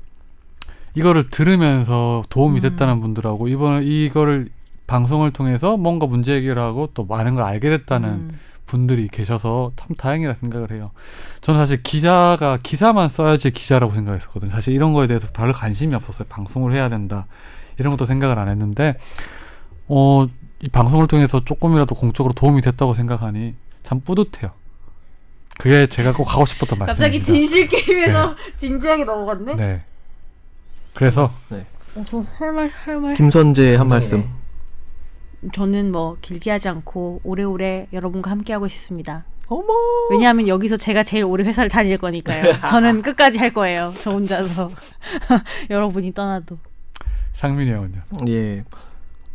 A: 이거를 들으면서
B: 음.
A: 도움이 됐다는 분들하고 이번 이거를 방송을 통해서 뭔가 문제 해결하고 또 많은 걸 알게 됐다는
B: 음.
A: 분들이 계셔서 참 다행이라 생각을 해요. 저는 사실 기자가 기사만 써야지 기자라고 생각했었거든요. 사실 이런 거에 대해서 별로 관심이 없었어요. 방송을 해야 된다 이런 것도 생각을 안 했는데 어, 이 방송을 통해서 조금이라도 공적으로 도움이 됐다고 생각하니 참 뿌듯해요. 그게 제가 꼭 하고 싶었던 말씀입니다.
B: 갑자기 진실 게임에서 진지하게 넘어갔네.
A: 네. 그래서
B: 어, 할말할말
D: 김선재 한 말씀.
B: 저는 뭐 길게 하지 않고 오래오래 여러분과 함께하고 싶습니다.
D: 어머.
B: 왜냐하면 여기서 제가 제일 오래 회사를 다닐 거니까요. 저는 끝까지 할 거예요. 저 혼자서 여러분이 떠나도.
A: 상민이 형은요.
D: 예.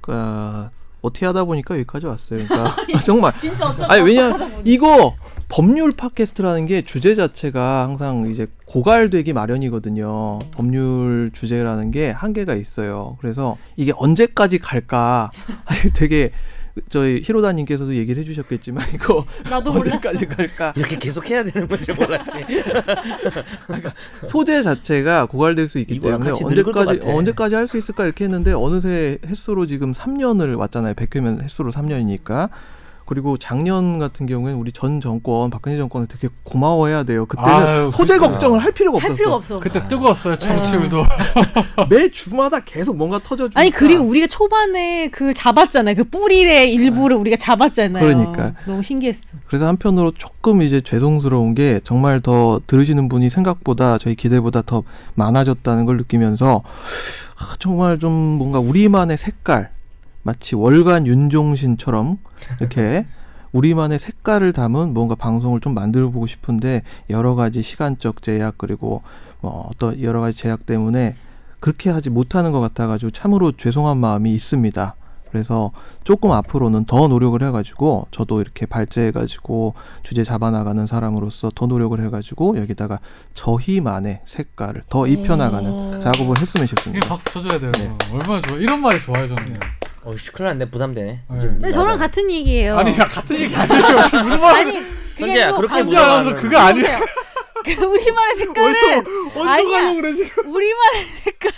D: 그러니까 어떻게 하다 보니까 여기까지 왔어요. 그러니까 정말
B: 진짜 어쩌
D: 아니 왜냐 이거 법률 팟캐스트라는 게 주제 자체가 항상 이제 고갈되기 마련이거든요. 법률 주제라는 게 한계가 있어요. 그래서 이게 언제까지 갈까 사실 되게 저희 히로다님께서도 얘기를 해주셨겠지만 이거
B: 나도 몰랐어.
D: 언제까지 갈까
C: 이렇게 계속 해야 되는 건지 몰랐지.
D: 소재 자체가 고갈될 수 있기
C: 그러니까. 이거랑 같이
D: 때문에
C: 늙을 것
D: 언제까지
C: 같아.
D: 어, 언제까지 할 수 있을까 이렇게 했는데 어느새 횟수로 지금 3년을 왔잖아요. 100회면 횟수로 3년이니까. 그리고 작년 같은 경우에는 우리 전 정권 박근혜 정권에 되게 고마워해야 돼요. 그때는
A: 아유,
D: 소재
A: 그러니까.
D: 걱정을 할 필요가
B: 할
D: 없었어.
B: 필요가 없어.
A: 그때 뜨거웠어요 청취율도.
B: 네.
D: 매 주마다 계속 뭔가 터져 주니까.
B: 아니 그리고 우리가 초반에 그 잡았잖아요. 그 뿌리의 일부를 우리가 잡았잖아요.
D: 그러니까.
B: 너무 신기했어.
D: 그래서 한편으로 조금 이제 죄송스러운 게 정말 더 들으시는 분이 생각보다 저희 기대보다 더 많아졌다는 걸 느끼면서 아, 정말 좀 뭔가 우리만의 색깔 마치 월간 윤종신처럼 이렇게 우리만의 색깔을 담은 뭔가 방송을 좀 만들어 보고 싶은데 여러 가지 시간적 제약 그리고 뭐 어떤 여러 가지 제약 때문에 그렇게 하지 못하는 것 같아가지고 참으로 죄송한 마음이 있습니다. 그래서 조금 앞으로는 더 노력을 해가지고 저도 이렇게 발제해가지고 주제 잡아나가는 사람으로서 더 노력을 해가지고 여기다가 저희만의 색깔을 더 입혀나가는 작업을 했으면
A: 이게
D: 좋겠습니다.
A: 박수 쳐줘야 돼요. 얼마나 좋아. 이런 말이 좋아요 저는.
B: 네.
C: 어우 씨, 큰일 났네. 부담되네.
A: 네.
C: 이제
B: 근데 저랑 같은 얘기예요.
A: 아니 야, 같은 얘기 아니에요. 무슨 말?
B: 아니 그게
C: 선재야,
B: 아니고
C: 그렇게
B: 방-
C: 묻어.
A: 아나운서 그거 아니에요.
B: 보세요. 그 우리만의 색깔은 아니야.
A: 그래 지금.
B: 우리만의 색깔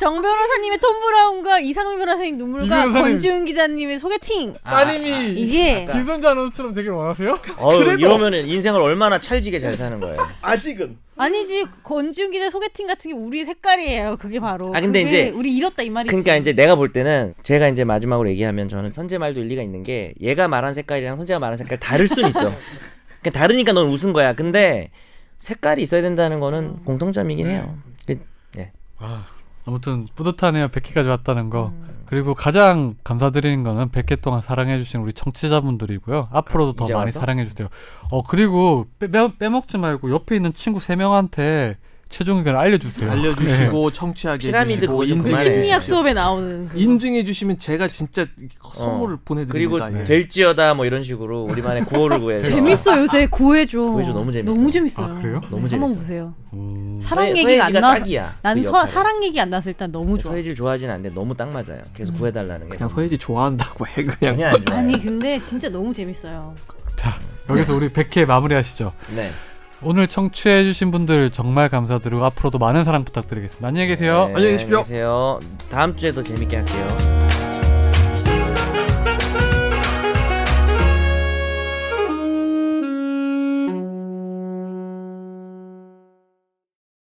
B: 정 변호사님의 톰 브라운과 이상민 변호사님
A: 이
B: 눈물과
A: 변호사님.
B: 권지훈 기자님의 소개팅
C: 아,
A: 따님이
B: 이게
C: 그러니까.
A: 김선재 아나운서처럼 되길 원하세요?
C: 어우, 이러면은 인생을 얼마나 찰지게 잘 사는 거예요.
D: 아직은
B: 아니지 권지훈 기자 소개팅 같은 게 우리 색깔이에요. 그게 바로.
C: 아, 근데
B: 그게
C: 이제-
B: 우리 이렇다 이 말이지.
C: 그러니까 이제 내가 볼 때는 제가 이제 마지막으로 얘기하면 저는 선재 말도 일리가 있는 게 얘가 말한 색깔이랑 선재가 말한 색깔 다를 순 있어. 그러니까 다르니까 넌 웃은 거야. 근데 색깔이 있어야 된다는 거는 공통점이긴 해요.
A: 음.
C: 그- 예.
A: 아, 아무튼 뿌듯하네요. 100회까지 왔다는 거.
B: 음.
A: 그리고 가장 감사드리는 거는 100회 동안 사랑해주신 우리 청취자분들이고요. 앞으로도 더
C: 이제
A: 많이
C: 와서?
A: 사랑해주세요. 어, 그리고 빼, 먹지 말고 옆에 있는 친구 3명한테 최종 의견을 알려주세요. 네.
D: 알려주시고 청취하게
C: 피라미드
D: 해주시고
C: 그거 좀 그만해.
B: 심리학 수업에 나오는 그
D: 인증해 주시면 제가 진짜 선물을
C: 어. 그리고
A: 음, 네.
D: 보내드립니다. 예.
C: 될지어다 뭐 이런 식으로 우리만의 구호를 구해서
B: 재밌어 요새 구해줘.
C: 구해줘, 너무 재밌어요.
B: 너무 재밌어요.
A: 아, 그래요?
C: 너무
B: 한번
C: 재밌어요. 네,
B: 보세요.
A: 음,
B: 사랑
C: 서예-
B: 얘기가 안
C: 서예지가
B: 나서
C: 딱이야.
B: 난
C: 그
B: 서,
C: 역할에. 네,
B: 사랑 얘기 안 나서 일단 너무 좋아. 음.
C: 서예질 좋아하진 않는데 너무 딱 맞아요. 계속 구해달라는 게.
D: 그냥 서예지 좋아한다고 해 그냥.
C: 전혀 안 좋아요.
B: 아니 근데 진짜 너무 재밌어요.
A: 자, 여기서 우리 100회 마무리하시죠.
C: 네.
A: 오늘 청취해주신 분들 정말 감사드리고 앞으로도 많은 사랑 부탁드리겠습니다. 안녕히 계세요.
C: 네,
D: 안녕히 어, 계십시오.
C: 안녕히 계세요. 다음 주에도 재밌게 할게요.